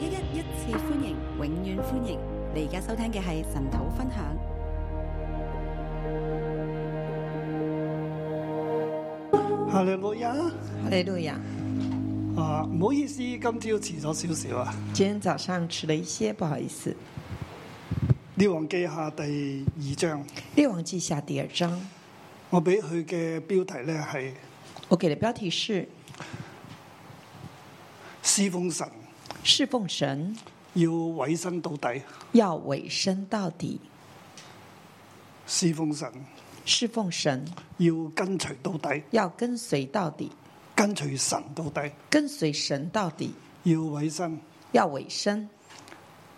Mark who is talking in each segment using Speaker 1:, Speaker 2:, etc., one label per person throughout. Speaker 1: 一一一次歡迎，永遠歡迎！你而家收聽嘅係神土分享。
Speaker 2: 哈利路亞
Speaker 3: 哈利路亞！
Speaker 2: 啊！唔好意思，今朝遲咗少少啊。
Speaker 3: 今天早上遲了一些，不好意思。
Speaker 2: 列王記下第二章，
Speaker 3: 列王記下第二章，
Speaker 2: 我俾佢嘅標題咧係
Speaker 3: 我給的標題是
Speaker 2: 侍奉神
Speaker 3: 侍奉神
Speaker 2: 要委身到底，
Speaker 3: 要委身到底，
Speaker 2: 侍奉神
Speaker 3: 侍奉神
Speaker 2: 要跟隨到底，
Speaker 3: 要跟隨到底，
Speaker 2: 跟隨神到底，
Speaker 3: 跟隨神到底，
Speaker 2: 要委身
Speaker 3: 要委身，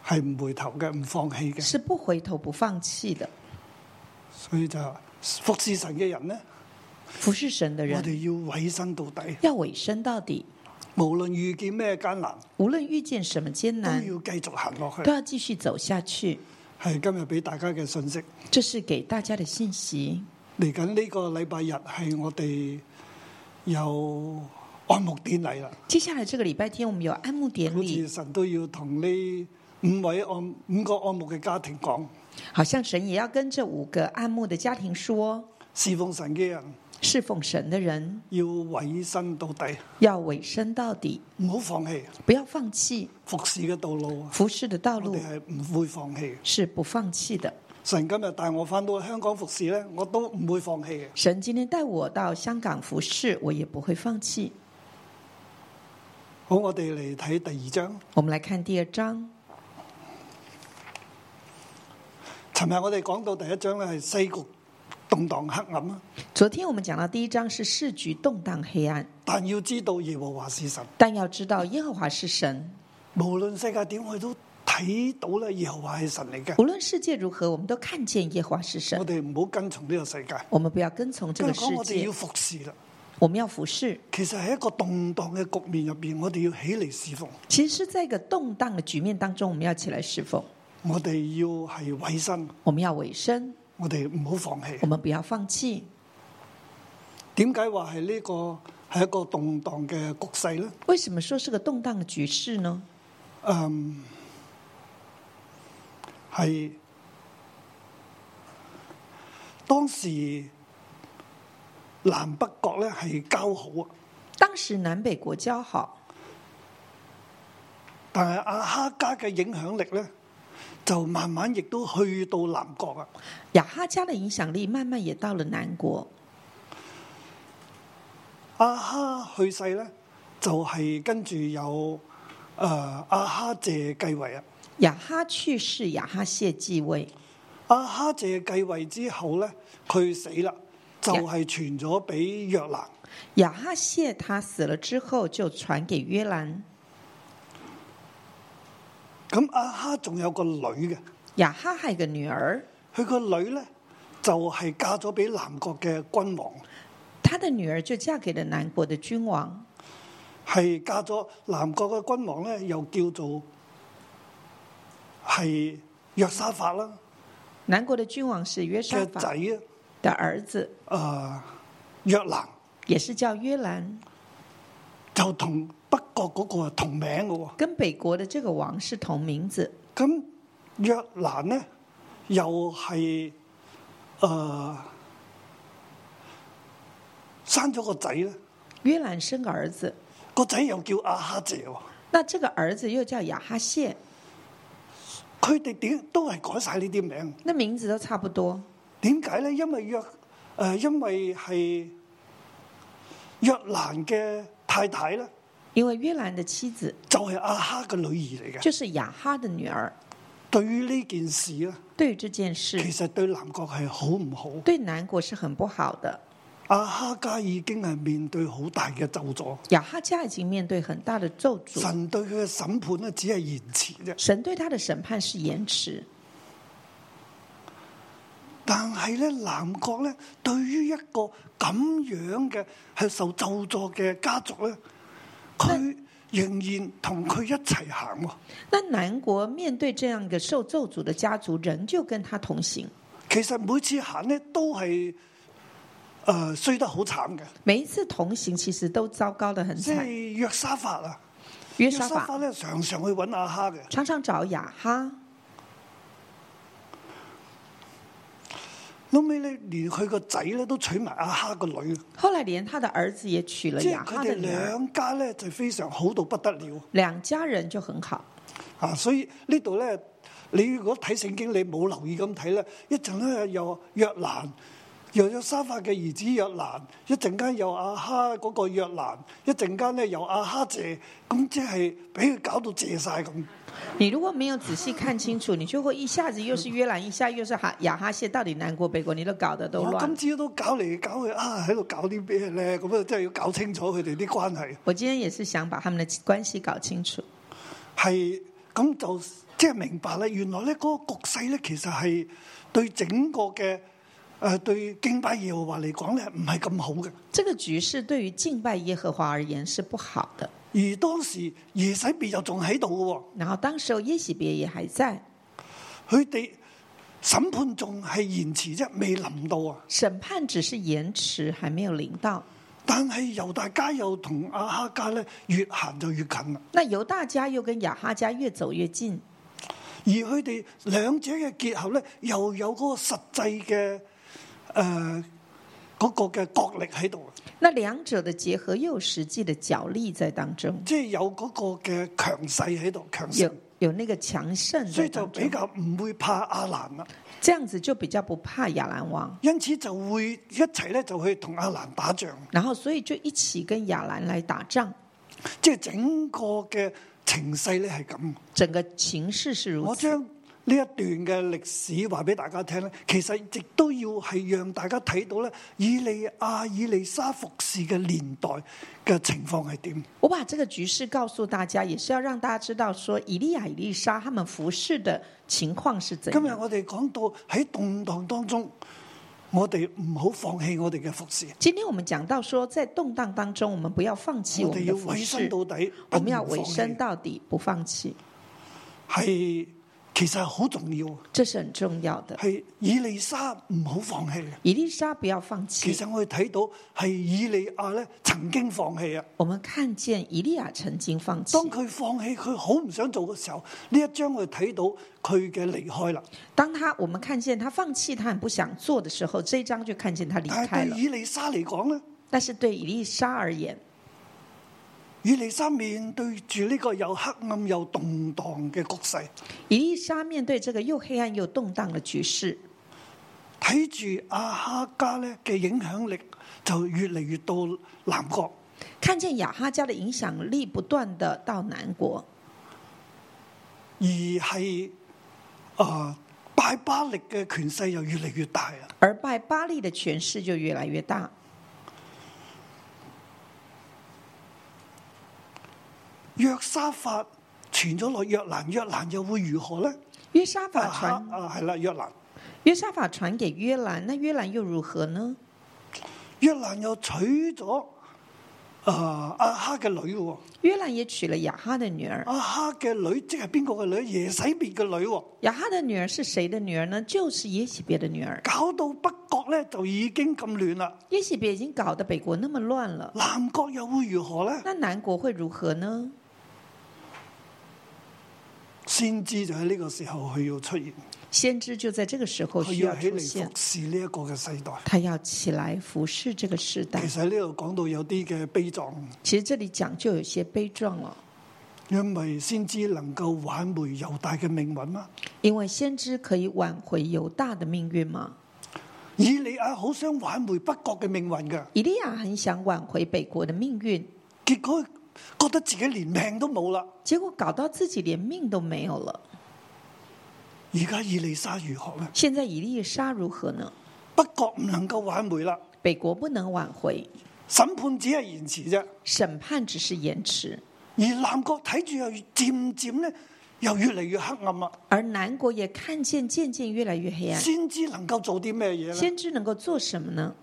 Speaker 2: 係唔回頭嘅，唔放棄嘅。
Speaker 3: 是不回頭不放棄的。
Speaker 2: 所以就話服侍神嘅人咧，
Speaker 3: 服侍神的
Speaker 2: 我
Speaker 3: 人
Speaker 2: 哋要委身到底，
Speaker 3: 要委身到底，
Speaker 2: 無論遇見咩艱難，
Speaker 3: 無論遇見什麼艱
Speaker 2: 都
Speaker 3: 難，
Speaker 2: 要繼續行落去
Speaker 3: 都。要繼續走下去。
Speaker 2: 係今日俾大家嘅信息。
Speaker 3: 這是給大家的信息。
Speaker 2: 嚟緊呢個禮拜日係我哋有安牧典禮啦，
Speaker 3: 接下來這個禮拜天，我們有安牧典
Speaker 2: 好似
Speaker 3: 禮，
Speaker 2: 神都要同呢五位按五個按牧嘅家庭講，
Speaker 3: 好像神也要跟這五個安牧的家庭說。
Speaker 2: 侍奉神嘅人
Speaker 3: 侍奉神的人
Speaker 2: 要委身到底，
Speaker 3: 要委身到底，
Speaker 2: 唔好放棄
Speaker 3: 不要放棄
Speaker 2: 服侍嘅道路啊！
Speaker 3: 服侍的道
Speaker 2: 我
Speaker 3: 路
Speaker 2: 哋，係唔會放棄嘅。
Speaker 3: 是不放棄的。
Speaker 2: 神今日帶我翻到香港服侍咧，我都唔會放棄嘅。
Speaker 3: 神今天帶我到香港服侍，我也不會放棄。
Speaker 2: 好，我哋嚟睇第二章。
Speaker 3: 我們來看第二章。
Speaker 2: 尋日我哋講到第一章咧係西局動盪黑暗啊，
Speaker 3: 昨天我們講到第一章是世局動盪黑暗，
Speaker 2: 但要知道耶和華是神。
Speaker 3: 但要知道耶和華是神。
Speaker 2: 無論世界點，我哋都睇到咧，耶和華係神嚟嘅。
Speaker 3: 無論世界如何，我們都看見耶和華是
Speaker 2: 我
Speaker 3: 神。
Speaker 2: 哋唔好跟從呢個世界。
Speaker 3: 我們不要跟從這
Speaker 2: 跟
Speaker 3: 個
Speaker 2: 住講，
Speaker 3: 世
Speaker 2: 我哋
Speaker 3: 界
Speaker 2: 要，服侍啦。
Speaker 3: 我們要服侍。
Speaker 2: 其實喺一個動盪嘅局面入邊，我哋要起嚟侍奉。
Speaker 3: 其實是在一個動盪的局面當中，我們要起來侍奉，
Speaker 2: 我哋要係委身，
Speaker 3: 我們要委身，
Speaker 2: 我哋唔好放
Speaker 3: 我
Speaker 2: 棄。
Speaker 3: 們不要放棄。
Speaker 2: 點解話係呢個係一個動盪嘅局勢呢？
Speaker 3: 為什麼說是個動盪的局勢呢？
Speaker 2: 嗯，係當時南北國咧係交好啊。
Speaker 3: 當時南北國交好，
Speaker 2: 但係阿哈家嘅影響力咧，就慢慢亦都去到南國啊。
Speaker 3: 雅哈家的影響力慢慢也到了南國。
Speaker 2: 阿哈去世咧，就係、跟住有誒阿哈謝繼位啊。
Speaker 3: 雅哈去世，雅哈謝繼位。
Speaker 2: 阿哈謝繼位之後咧，佢死啦，就係、傳咗俾約蘭。
Speaker 3: 雅哈謝他死了之後，就傳給約蘭。
Speaker 2: 咁阿哈仲有個女嘅，
Speaker 3: 雅哈還有個女兒，
Speaker 2: 佢個女咧就係、嫁咗俾南國嘅君王，
Speaker 3: 他的女兒就嫁給了南國的君王。
Speaker 2: 係嫁咗南國嘅君王咧，又叫做係約沙法啦。
Speaker 3: 南國的君王是約沙
Speaker 2: 嘅
Speaker 3: 法
Speaker 2: 仔
Speaker 3: 的兒子，
Speaker 2: 啊，誒約蘭
Speaker 3: 也是叫約蘭，
Speaker 2: 就同北國嗰個係同名嘅喎。
Speaker 3: 跟北國的這個王是同名字。
Speaker 2: 咁約蘭呢，又係誒生咗個仔咧，
Speaker 3: 約蘭生個兒子，
Speaker 2: 個仔又叫阿哈謝喎。
Speaker 3: 那這個兒子又叫雅哈謝，
Speaker 2: 佢哋點都係改晒呢啲名，
Speaker 3: 那名字都差不多。
Speaker 2: 點解咧？因為約誒、呃因為係約蘭嘅太太咧，
Speaker 3: 因為約蘭的妻子
Speaker 2: 就係、阿哈嘅女兒嚟嘅。
Speaker 3: 就是雅哈的女兒。
Speaker 2: 對於呢件事咧。
Speaker 3: 對於這件
Speaker 2: 其
Speaker 3: 事，
Speaker 2: 實對南國係好唔好？
Speaker 3: 對南國是很不好的。
Speaker 2: 阿哈家已經係面對好大嘅咒詛，
Speaker 3: 雅哈家已經面對很大的咒詛，
Speaker 2: 神對佢嘅審判咧只係延遲啫。
Speaker 3: 神對他的審判是延遲。
Speaker 2: 但係咧，南國咧對於一個咁樣嘅係受咒詛嘅家族咧，佢仍然同佢一齊行喎。
Speaker 3: 那南國面對這樣一個受咒詛的家族，仍舊跟他同行。
Speaker 2: 其實每次行咧都係誒、呃衰得好慘嘅，
Speaker 3: 每一次同行其實都糟糕得很
Speaker 2: 即
Speaker 3: 慘。
Speaker 2: 係約沙法啊，
Speaker 3: 约
Speaker 2: 約
Speaker 3: 沙
Speaker 2: 沙
Speaker 3: 法
Speaker 2: 法咧常常去揾阿哈嘅，
Speaker 3: 常常找雅哈，
Speaker 2: 後尾咧連佢個仔咧都娶埋阿哈個女，
Speaker 3: 后来连他的儿子也娶了
Speaker 2: 即係
Speaker 3: 雅
Speaker 2: 佢
Speaker 3: 哈的
Speaker 2: 哋
Speaker 3: 女儿，
Speaker 2: 兩家咧就非常好到不得了
Speaker 3: 两家人就很好。
Speaker 2: 啊！所以呢度咧，你如果睇聖經你冇留意咁睇咧，一陣咧又約蘭，又有沙法嘅兒子約蘭，一陣間又阿哈嗰個約蘭，一陣間咧又阿哈謝，咁即係俾佢搞到謝晒咁。
Speaker 3: 你如果没有仔细看清楚，你就会一下子又是约兰，一下又是哈雅哈谢，到底南国北国，你都搞得都
Speaker 2: 我
Speaker 3: 乱
Speaker 2: 今。朝都搞嚟搞去啊，喺度搞啲咩咧？咁啊，真係要搞清楚佢哋啲關係。
Speaker 3: 我今天也是想把他们的关系搞清楚，
Speaker 2: 係咁就即係明白啦。原來咧嗰個局勢咧，其實係對整個嘅誒、呃、對敬拜耶和華嚟講咧，唔係咁好嘅。
Speaker 3: 这个局势对于敬拜耶和华而言是不好的。
Speaker 2: 而當時耶洗別又仲喺度
Speaker 3: 然后当时候耶洗别也还在，
Speaker 2: 嘅喎，佢哋審判仲係延遲啫，未臨到啊。
Speaker 3: 审判只是延遲，还没有临到。
Speaker 2: 但係猶大家又同阿哈家咧越行就越近啦，
Speaker 3: 那犹大家又跟雅哈家越走越近，
Speaker 2: 而佢哋兩者嘅結合咧，又有嗰個實際嘅誒嗰個嘅角力喺度啊。
Speaker 3: 那两者的结合又有实际的角力在当中，
Speaker 2: 即係有嗰個嘅強勢喺度，強
Speaker 3: 有
Speaker 2: 勢，
Speaker 3: 有那个强盛
Speaker 2: 所
Speaker 3: 在
Speaker 2: 以就
Speaker 3: 当
Speaker 2: 比
Speaker 3: 中，
Speaker 2: 較唔會怕阿蘭啦。
Speaker 3: 这样子就比较不怕亚兰王，
Speaker 2: 因此就會一齊咧就去同阿蘭打仗，
Speaker 3: 然后所以就一起跟亚兰来打仗，
Speaker 2: 即係整個嘅情勢咧係咁。
Speaker 3: 整个情势是如
Speaker 2: 我
Speaker 3: 此。
Speaker 2: 將呢一段嘅歷史話俾大家聽咧，其實亦都要係讓大家睇到咧，以利亞、以利沙服侍嘅年代嘅情況係點。
Speaker 3: 我把这个局势告诉大家，也是要让大家知道说，以利亚、以利沙他们服侍的情况是怎
Speaker 2: 今日
Speaker 3: 样。
Speaker 2: 我哋講到喺動盪當中，我哋唔好放棄我哋嘅服侍，
Speaker 3: 今天我们讲到说，在动荡当中，我们不要放弃
Speaker 2: 我
Speaker 3: 我
Speaker 2: 哋
Speaker 3: 们
Speaker 2: 要
Speaker 3: 的服
Speaker 2: 委身
Speaker 3: 侍，
Speaker 2: 到底，
Speaker 3: 我们要
Speaker 2: 不能
Speaker 3: 委
Speaker 2: 放
Speaker 3: 身
Speaker 2: 棄
Speaker 3: 到底，不放弃，
Speaker 2: 係其實係好重要，
Speaker 3: 这是很重要的。
Speaker 2: 係以利沙唔好放棄。
Speaker 3: 以利沙不要放弃
Speaker 2: 其。實我哋睇到係以利亞咧曾經放棄啊，
Speaker 3: 我們看見以利亚曾經放棄
Speaker 2: 當，佢放棄佢好唔想做嘅時候，呢一章我哋睇到佢嘅離開啦。
Speaker 3: 當他我們看見他放棄，他很不想做的時候，這一章就看見他離
Speaker 2: 但
Speaker 3: 開
Speaker 2: 係
Speaker 3: 了
Speaker 2: 對。以利沙嚟講咧，
Speaker 3: 但是對以利沙而言，
Speaker 2: 以利沙面對住呢個又黑暗又動盪嘅局勢，
Speaker 3: 以利沙面對這個又黑暗又動盪的局勢，
Speaker 2: 睇住阿哈家咧嘅影響力就越嚟越到南國，
Speaker 3: 看見亞哈家的影響力不斷的到南國，
Speaker 2: 而係啊、呃拜巴力嘅權勢又越嚟越大啊！
Speaker 3: 而拜巴利的權勢就越來越大。
Speaker 2: 約沙法傳咗落約蘭，約蘭又會如何呢？
Speaker 3: 約沙
Speaker 2: 啊
Speaker 3: 法傳
Speaker 2: 啊，係啦，約蘭，
Speaker 3: 約沙法傳給約蘭，那約蘭又如何呢？
Speaker 2: 約蘭又娶咗啊阿哈嘅女喎，
Speaker 3: 約蘭也娶了亞哈的女兒，
Speaker 2: 阿哈嘅女即係邊個嘅女？耶洗別嘅女喎，
Speaker 3: 亞哈的女兒是誰的女兒呢？就是耶洗別的女兒。
Speaker 2: 搞到北國咧就已經咁亂啦，
Speaker 3: 耶洗别已经搞得北国那么乱了，
Speaker 2: 南國又會如何呢？
Speaker 3: 那南国会如何呢？
Speaker 2: 先知就喺呢個時候佢要出現，
Speaker 3: 先知就在这个时候
Speaker 2: 佢
Speaker 3: 需
Speaker 2: 要
Speaker 3: 要
Speaker 2: 起
Speaker 3: 出
Speaker 2: 嚟
Speaker 3: 现
Speaker 2: 服，侍呢一個嘅世代。
Speaker 3: 他要起来服侍这个时代
Speaker 2: 其。實喺呢度講到有啲嘅悲壯，
Speaker 3: 其实这里讲就有些悲壮哦了，
Speaker 2: 因為先知能夠挽回猶大嘅命運啦。
Speaker 3: 因为先知可以挽回犹大的命运吗？
Speaker 2: 以利亞好想挽回北國嘅命運嘅，
Speaker 3: 以利亚很想挽回北国的命运，
Speaker 2: 結果覺得自己連命都冇啦。
Speaker 3: 结果搞到自己连命都没有了。
Speaker 2: 而家以利沙如何呢？
Speaker 3: 现在以利沙如何呢？
Speaker 2: 北國唔能夠挽回啦，
Speaker 3: 北国不能挽回，
Speaker 2: 審判只係延遲啫。
Speaker 3: 审判只是延迟，
Speaker 2: 而南國睇住又漸漸咧，又越嚟越黑暗啦。
Speaker 3: 而南国也看见渐渐越来越黑暗。
Speaker 2: 先知能夠做啲咩嘢咧？
Speaker 3: 先知能够做什么呢？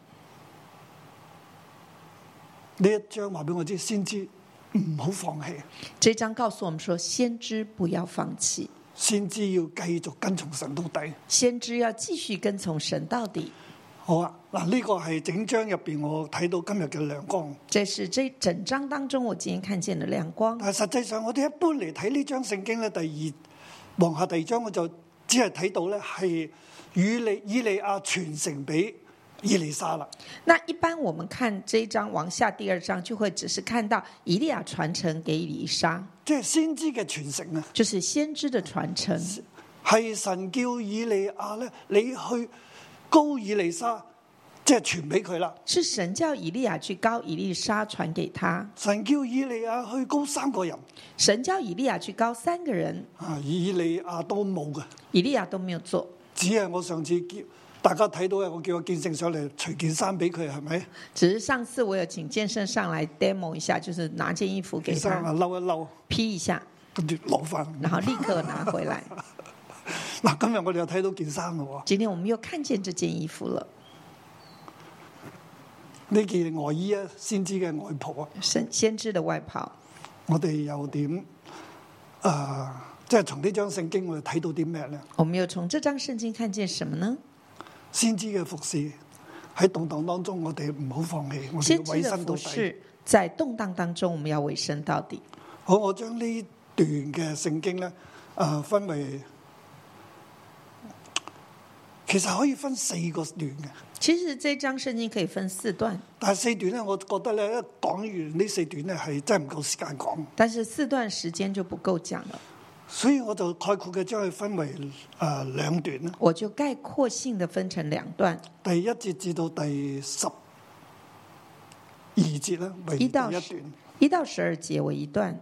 Speaker 2: 呢一章話俾我知，先知唔好放棄，
Speaker 3: 这一章告诉我们说，先知不要放弃，
Speaker 2: 先知要繼續跟從神到底。
Speaker 3: 先知要继续跟从神到底。
Speaker 2: 好啊，嗱，呢個係整章入邊我睇到今日嘅亮光，
Speaker 3: 这是这整章当中我今天看见的亮光。
Speaker 2: 但係實際上我哋一般嚟睇呢章聖經咧，第二望下第二章我就只係睇到咧係與利以利亞傳承俾以利沙啦。
Speaker 3: 那一般我们看这一章往下第二章，就会只是看到以利亚传承给以利沙，
Speaker 2: 即係先知嘅傳承啊，
Speaker 3: 就是先知的传承，
Speaker 2: 係神叫以利亞咧，你去高以利沙，即係傳俾佢啦。
Speaker 3: 是神叫以利亚去高以利沙传给他，
Speaker 2: 神叫以利亞去高三個人，
Speaker 3: 神叫以利亚去高三个人，
Speaker 2: 啊，以利亞都冇嘅，
Speaker 3: 以利亚都没有做。
Speaker 2: 只係我上次叫大家睇到嘅，我叫個見證上嚟除件衫俾佢，係咪？
Speaker 3: 只是上次我有请健身上来 demo 一下，就是拿件衣服给
Speaker 2: 件衫啊，
Speaker 3: 他
Speaker 2: 嬲一嬲，
Speaker 3: 披一下，
Speaker 2: 跟住攞翻。
Speaker 3: 然后立刻拿回来。
Speaker 2: 嗱，今日我哋又睇到件衫嘞喎，
Speaker 3: 今天我们又看见这件衣服了，
Speaker 2: 呢件外衣啊，先知嘅外袍啊，
Speaker 3: 神先知的外袍。
Speaker 2: 我哋又點？誒、即係從呢張聖經我哋睇到啲咩咧？
Speaker 3: 我们又从这张圣经看见什么呢？
Speaker 2: 先知嘅服侍喺動盪當中，我哋唔好放棄，我哋
Speaker 3: 先
Speaker 2: 要
Speaker 3: 知
Speaker 2: 委
Speaker 3: 的
Speaker 2: 身到
Speaker 3: 服
Speaker 2: 底。
Speaker 3: 饰在动荡当中，我们要委身到底。
Speaker 2: 好，我將呢段嘅聖經咧，誒、分為其實可以分四個段嘅，
Speaker 3: 其实这张圣经可以分四段，
Speaker 2: 但係四段咧，我覺得咧一講完呢四段咧係真係唔夠時間講，
Speaker 3: 但是四段時間就不夠講了，
Speaker 2: 所以我就概括嘅將佢分為誒、兩段啦。
Speaker 3: 我就概括性的分成兩段，
Speaker 2: 第一節至到第十二節咧，為第
Speaker 3: 一
Speaker 2: 一
Speaker 3: 到
Speaker 2: 段。
Speaker 3: 十一到十二節為一段，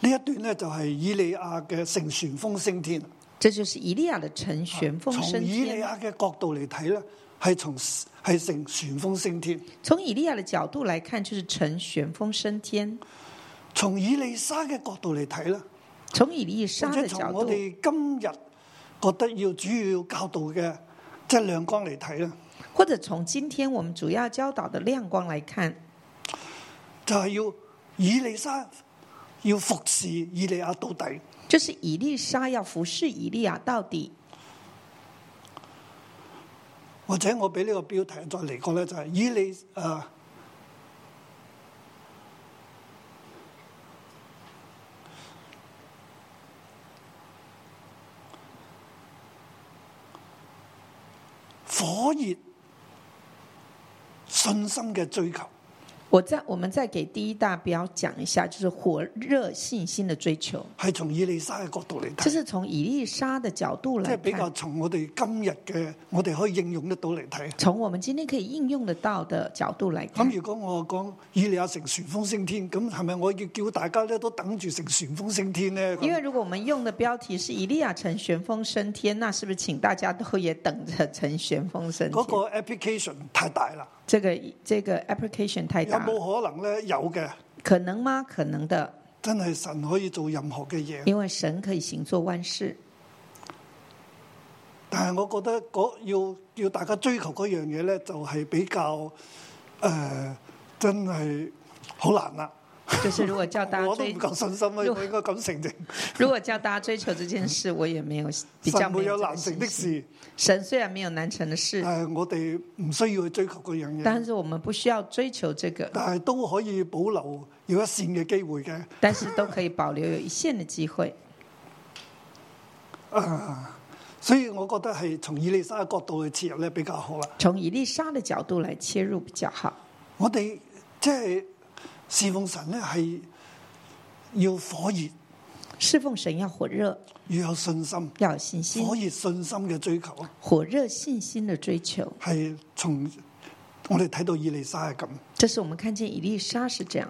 Speaker 2: 呢一段咧就係以利亞嘅乘旋風升天。
Speaker 3: 這就是以利亞的乘旋風
Speaker 2: 從
Speaker 3: 升
Speaker 2: 啊以利
Speaker 3: 天。
Speaker 2: 亞嘅角度嚟睇咧，係從係乘旋風升天；
Speaker 3: 從以利亞的角度來看，就是乘旋風升天；
Speaker 2: 從以利沙嘅角度嚟睇咧，
Speaker 3: 從以利沙
Speaker 2: 或者
Speaker 3: 的角
Speaker 2: 從我
Speaker 3: 度，
Speaker 2: 哋今日覺得要主要教導嘅即係亮光嚟睇咧，
Speaker 3: 或者從今天我們主要教導的亮光來看，
Speaker 2: 就係、要以利沙要服侍以利亞到底。
Speaker 3: 就是以利沙要服侍以利亞到底。
Speaker 2: 或者我俾呢個標題再嚟過咧，就係、以利誒、呃火熱信心嘅追求。
Speaker 3: 我再我们再给第一大标讲一下，就是火热信心的追求，
Speaker 2: 係從以利沙嘅角度嚟睇，
Speaker 3: 这是从以利沙的角度
Speaker 2: 即係
Speaker 3: 来
Speaker 2: 比較
Speaker 3: 看，
Speaker 2: 從我哋今日嘅我哋可以應用得到嚟睇。
Speaker 3: 从我们今天可以应用得到的角度来看
Speaker 2: 咁。如果我講以利亞乘旋風升天，咁係咪我要叫大家咧都等住乘旋風升天咧？
Speaker 3: 因
Speaker 2: 咁
Speaker 3: 为如果我们用的标题是“以利亚乘旋风升天”，那是不是请大家都也等着乘旋风升
Speaker 2: 嗰
Speaker 3: 天？
Speaker 2: 個 application 太大啦，
Speaker 3: 这个这个 application 太
Speaker 2: 有
Speaker 3: 大了，
Speaker 2: 冇可能咧？有嘅，
Speaker 3: 可能吗？可能的，
Speaker 2: 真係神可以做任何嘅嘢，
Speaker 3: 因为神可以行做万 事。
Speaker 2: 但係我覺得嗰要要大家追求嗰樣嘢咧，就係、比較誒、呃真係好難啦。
Speaker 3: 就是如果叫大家
Speaker 2: 我都
Speaker 3: 追
Speaker 2: 唔，夠信心啊，
Speaker 3: 如
Speaker 2: 我應該咁承認。
Speaker 3: 如果叫大家追求這件事，我也没有 比较
Speaker 2: 神
Speaker 3: 没
Speaker 2: 會有
Speaker 3: 有这
Speaker 2: 難
Speaker 3: 个
Speaker 2: 成
Speaker 3: 信
Speaker 2: 的
Speaker 3: 心。
Speaker 2: 事，
Speaker 3: 神虽然没有难成的事，
Speaker 2: 但係我哋唔需要去追求嗰樣嘢。
Speaker 3: 但是我们不需要追求这个，
Speaker 2: 但係都可以保留有一線嘅機會嘅。
Speaker 3: 但是都可以保留有一线的机会。
Speaker 2: 所以我覺得係從以利沙嘅角度去切入咧比較好啦。
Speaker 3: 从以利沙的角度来切入比较好。
Speaker 2: 我哋即係侍奉神咧係要火熱，
Speaker 3: 侍奉神要火热，
Speaker 2: 要有信心，
Speaker 3: 要有信心
Speaker 2: 火，熱信心嘅追求啊，
Speaker 3: 火热信心的追求。
Speaker 2: 係從我哋睇到以利沙係咁。
Speaker 3: 这是我们看见以利沙是这样。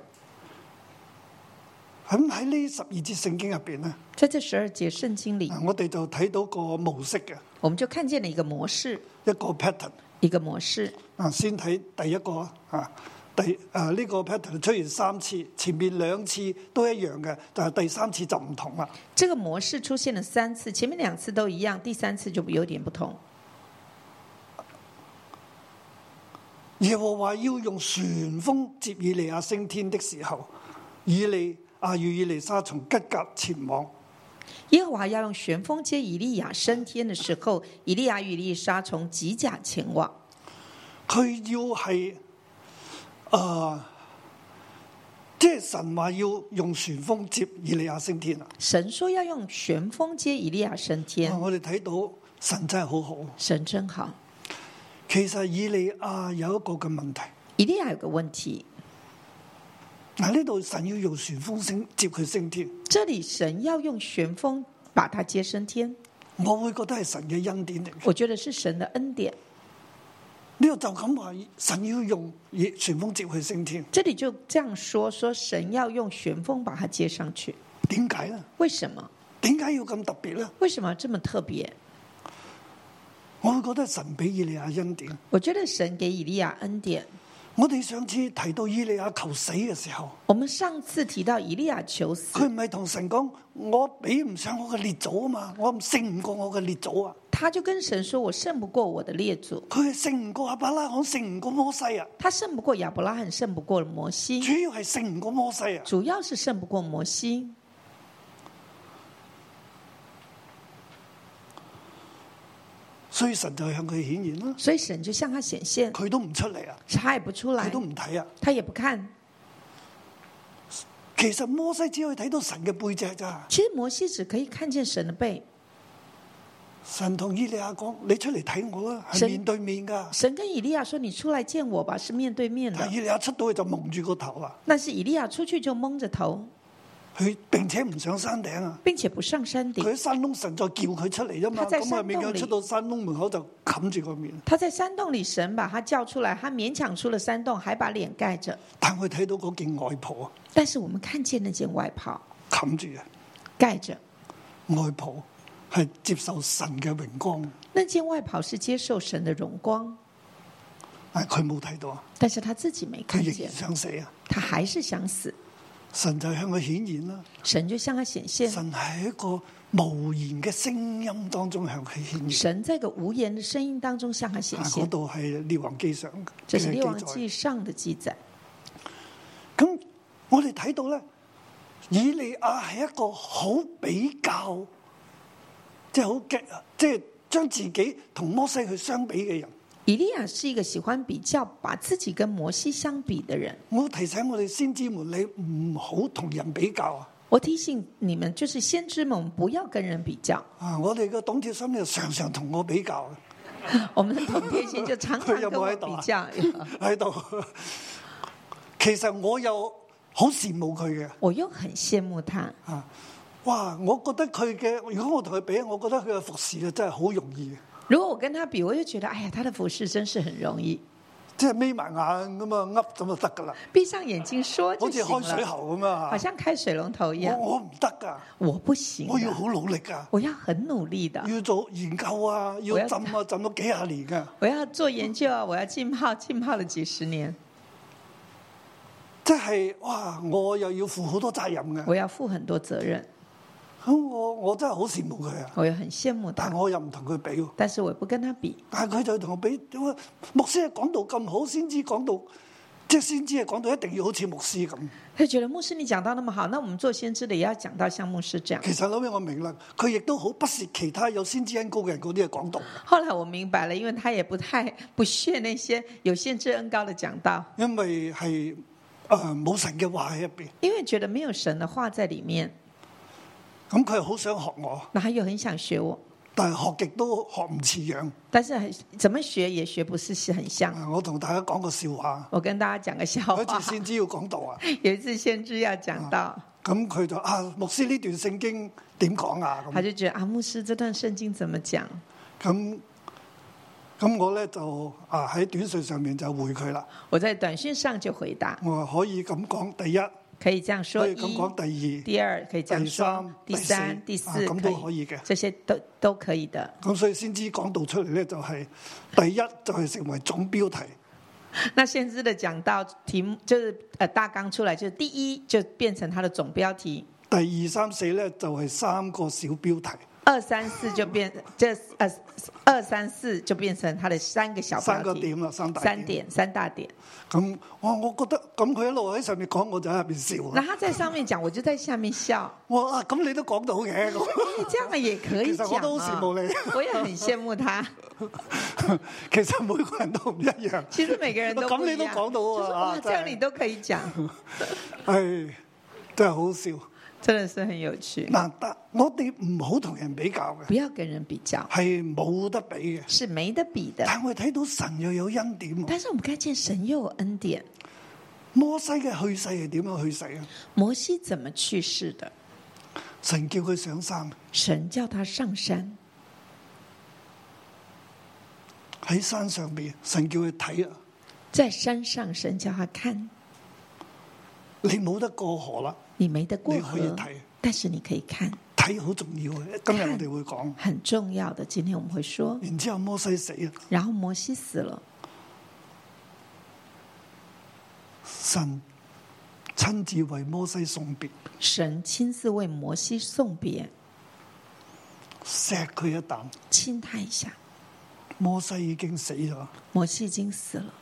Speaker 2: 咁喺呢十二節聖經入邊咧，
Speaker 3: 在这十二节圣经里，
Speaker 2: 嗱我哋就睇到個模式嘅
Speaker 3: 我们就看见了一个模式，
Speaker 2: 一個 pattern。
Speaker 3: 一个模式。
Speaker 2: 啊，先睇第一個啊，第啊呢、個 pattern 出現三次，前面兩次都一樣嘅，但係第三次就唔同啦。
Speaker 3: 这个模式出现了三次，前面两次都一样，第三次就有点不同。
Speaker 2: 耶和華要用旋風接以利亞升天的時候，以利亞與以利沙從吉格前往。
Speaker 3: 耶和华要用旋风接以利亚升天的时候，以利亚与以利沙从吉甲前往。
Speaker 2: 佢要係啊、呃即係神話要用旋風接以利亞升天啊！
Speaker 3: 神说要用旋风接以利亚升
Speaker 2: 哇
Speaker 3: 天，
Speaker 2: 我哋睇到神真係好好。
Speaker 3: 神真好。
Speaker 2: 其實以利亞有一個嘅問題，
Speaker 3: 以利亚有个问题，
Speaker 2: 嗱呢度神要用旋風升接佢升天，
Speaker 3: 这里神要用旋风把他接升天，
Speaker 2: 我會覺得係神嘅恩典嚟嘅。
Speaker 3: 我觉得是神的恩典。
Speaker 2: 呢度就咁話，神要用以旋風接佢升天，
Speaker 3: 这里就这样说，说神要用旋风把他接上去，
Speaker 2: 點解呢？
Speaker 3: 为什么？
Speaker 2: 點解要咁特別呢？
Speaker 3: 为什么这么特别？
Speaker 2: 我會覺得神俾以利亞恩典。
Speaker 3: 我觉得神给以利亚恩典。
Speaker 2: 我哋上次提到以利亞求死嘅時候，
Speaker 3: 我们上次提到以利亚求死
Speaker 2: 佢，唔係同神講我比唔上我嘅列祖啊嘛，我唔勝唔過我嘅列祖啊，
Speaker 3: 他就跟神说：“我胜不过我的列祖，
Speaker 2: 佢係勝唔過阿伯拉罕，勝唔過摩西啊，
Speaker 3: 他胜不过亚伯拉罕，胜不过摩西，
Speaker 2: 主要係勝唔過摩西啊。
Speaker 3: 主要是胜不过摩西。
Speaker 2: 所以神就向佢顯現啦。
Speaker 3: 所以神就向他显现，
Speaker 2: 佢都唔出嚟啊，
Speaker 3: 他也不出
Speaker 2: 佢
Speaker 3: 来
Speaker 2: 都，唔睇啊。
Speaker 3: 他也不看。
Speaker 2: 其實摩西只可以睇到神嘅背脊咋。
Speaker 3: 其实摩西只可以看见神的背，
Speaker 2: 神同以利亞講：你出嚟睇我啦，係
Speaker 3: 神
Speaker 2: 面對面噶。
Speaker 3: 神跟以利亚说：‘你出来见我吧’，是面对面
Speaker 2: 但
Speaker 3: 的。
Speaker 2: 以利亞出到去就蒙住個頭啊，
Speaker 3: 但是以利亚出去就蒙着头，
Speaker 2: 佢並且唔上山頂啊。
Speaker 3: 并且不上山
Speaker 2: 佢
Speaker 3: 顶。
Speaker 2: 喺山窿，神就叫佢出嚟啫嘛。
Speaker 3: 他在
Speaker 2: 咁啊，
Speaker 3: 山洞
Speaker 2: 勉強
Speaker 3: 裏
Speaker 2: 出到山窿門口就冚住個面，
Speaker 3: 他在山洞里，神把他叫出来，他勉强出了山洞，还把脸盖着。
Speaker 2: 但佢睇到嗰件外袍啊，
Speaker 3: 但是我们看见那件外袍
Speaker 2: 冚住啊，
Speaker 3: 盖着，
Speaker 2: 外袍係接受神嘅榮光，
Speaker 3: 那件外袍是接受神的荣光，
Speaker 2: 但係佢冇睇到啊，
Speaker 3: 但是他自己没
Speaker 2: 佢
Speaker 3: 看
Speaker 2: 仍
Speaker 3: 见
Speaker 2: 然，想死啊。
Speaker 3: 他还是想死。
Speaker 2: 神就向佢顯現啦。
Speaker 3: 神就向他显现，
Speaker 2: 神喺一個無言嘅聲音當中向佢顯現。
Speaker 3: 神在一个无言的声音当中向他
Speaker 2: 啊
Speaker 3: 显
Speaker 2: 嗰
Speaker 3: 现。
Speaker 2: 度係列王記上
Speaker 3: 这
Speaker 2: 嘅
Speaker 3: 是《
Speaker 2: 記
Speaker 3: 列王记
Speaker 2: 載。
Speaker 3: 上》的记载。
Speaker 2: 咁我哋睇到咧，以利亞係一個好比較，即係好激，啊即係將自己同摩西去相比嘅人。
Speaker 3: 以利亚是一个喜欢比较，把自己跟摩西相比的人。
Speaker 2: 我提醒我哋先知們，你唔好同人比較啊！
Speaker 3: 我提醒你们，就是先知们我们不要跟人比较。
Speaker 2: 啊，我哋嘅董鐵心咧，常常同我比較啊
Speaker 3: 我们的同天心就常常
Speaker 2: 佢有
Speaker 3: 跟
Speaker 2: 冇
Speaker 3: 我
Speaker 2: 喺度
Speaker 3: 比
Speaker 2: 啊
Speaker 3: 较。
Speaker 2: 喺度。 其實我又好羨慕佢嘅。
Speaker 3: 我又很羡慕他。
Speaker 2: 啊！哇！我覺得佢嘅，如果我同佢比，我覺得佢嘅服侍咧真係好容易嘅，
Speaker 3: 如果我跟他比，我就觉得，哎呀，他的服饰真是很容易，
Speaker 2: 即係眯埋眼咁啊，噏咁就得噶啦，
Speaker 3: 闭上眼睛说
Speaker 2: 好
Speaker 3: 就
Speaker 2: 似
Speaker 3: 行
Speaker 2: 開水
Speaker 3: 了，
Speaker 2: 喉咁啊
Speaker 3: 好！像开水龙头一啊
Speaker 2: 我
Speaker 3: 样。
Speaker 2: 我唔得噶，
Speaker 3: 我不行的，
Speaker 2: 我要好努力噶，
Speaker 3: 我要很努力的，
Speaker 2: 要做研究啊，
Speaker 3: 我
Speaker 2: 要
Speaker 3: 要
Speaker 2: 浸啊，浸咗幾廿年噶，
Speaker 3: 我要做研究啊，我要浸泡，浸泡了几十年，
Speaker 2: 即係哇！我又要負好多責任嘅，
Speaker 3: 我要负很多责任，
Speaker 2: 咁我我真係好羨慕佢啊！
Speaker 3: 我又很羡慕
Speaker 2: 但
Speaker 3: 他
Speaker 2: 係，我又唔同佢比喎，
Speaker 3: 但是我也不跟他比。
Speaker 2: 但係佢就同我比，點解牧師係講到咁好，先知講到，即係先知係講到一定要好似牧師咁。
Speaker 3: 他就觉得牧师你讲到那么好，那我们做先知的也要讲到像牧师这样。
Speaker 2: 其實後尾我明啦，佢亦都好不屑其他有先知恩高嘅人嗰啲嘅講道，
Speaker 3: 后来我明白了，因为他也不太不屑那些有先知恩高的讲道，
Speaker 2: 因為係诶冇神嘅話喺入边，
Speaker 3: 因为觉得没有神的话在里面，
Speaker 2: 咁佢好想學我，
Speaker 3: 那他又很想学我，
Speaker 2: 但係學極都學唔似樣。
Speaker 3: 但是很怎么学也学不是很像。
Speaker 2: 啊我同大家講個笑話，
Speaker 3: 我跟大家讲个笑
Speaker 2: 有一次
Speaker 3: 话，
Speaker 2: 先知要講道啊，
Speaker 3: 有一次先知要讲到，
Speaker 2: 咁佢就啊牧師呢段聖經點講啊
Speaker 3: 他
Speaker 2: 咁
Speaker 3: 就觉得啊，牧师这段圣经怎么讲？
Speaker 2: 咁咁我咧就啊喺短信上面就回佢啦，
Speaker 3: 我在短讯上就回答，
Speaker 2: 我話可以咁講，第一
Speaker 3: 可以这样说
Speaker 2: 可以
Speaker 3: 一，
Speaker 2: 咁講，第
Speaker 3: 第二可以这样说，
Speaker 2: 第
Speaker 3: 第
Speaker 2: 三
Speaker 3: 三、
Speaker 2: 第
Speaker 3: 第
Speaker 2: 四
Speaker 3: 四
Speaker 2: 啊咁都可以嘅
Speaker 3: 这些都都可以的。
Speaker 2: 二，咁所以先知講道出嚟咧就係第一就係成為總標題。
Speaker 3: 那先知的讲到题目就是呃大纲出来，就是第一就变成他的总标题，
Speaker 2: 第二三四咧就係三個小標題，
Speaker 3: 二三四就变这呃二三四就变成它的三个小
Speaker 2: 三個
Speaker 3: 标题，
Speaker 2: 點啦，三大
Speaker 3: 三點三大點。
Speaker 2: 咁哇，我覺得咁佢一路喺上面講，我就喺入边笑
Speaker 3: 那
Speaker 2: 啦。
Speaker 3: 他在上面講，我就在下面笑。
Speaker 2: 我啊，咁你都講到嘅咁。
Speaker 3: 哎，这样也可
Speaker 2: 其
Speaker 3: 以
Speaker 2: 實
Speaker 3: 講
Speaker 2: 我都好羨慕
Speaker 3: 啊！
Speaker 2: 你，
Speaker 3: 我也很羨慕他。
Speaker 2: 其實每個人都唔一樣。
Speaker 3: 其實每個人都
Speaker 2: 咁
Speaker 3: 不一
Speaker 2: 你
Speaker 3: 樣
Speaker 2: 都講到
Speaker 3: 就是
Speaker 2: 啊
Speaker 3: 哇，
Speaker 2: 啊
Speaker 3: 這樣你都可以講，
Speaker 2: 係真係好笑。
Speaker 3: 真的是很有趣。
Speaker 2: 嗱，但我哋唔好同人比較嘅，
Speaker 3: 不要跟人比較，
Speaker 2: 係冇得比嘅。
Speaker 3: 是沒得比的。
Speaker 2: 但我哋睇到神又有恩典喎。
Speaker 3: 但是我們看見神又有恩典，
Speaker 2: 摩西嘅去世係點樣去世啊？
Speaker 3: 摩西怎麼去世的？
Speaker 2: 神叫佢上山，
Speaker 3: 神叫他上山，
Speaker 2: 喺山上邊，神叫佢睇啊，
Speaker 3: 在山上神叫他看，
Speaker 2: 你冇得過河啦，
Speaker 3: 你沒得过
Speaker 2: 你可以
Speaker 3: 河
Speaker 2: 睇，
Speaker 3: 但是你可以看，
Speaker 2: 睇好重要嘅。今日我哋會講。
Speaker 3: 很重要的。今天我們會說，
Speaker 2: 然之後摩西死啊，
Speaker 3: 然後摩西死了，
Speaker 2: 神親自為摩西送別，
Speaker 3: 神親自為摩西送別，
Speaker 2: 錫佢一啖。
Speaker 3: 親他一下。
Speaker 2: 摩西已經死咗，
Speaker 3: 摩西已經死了，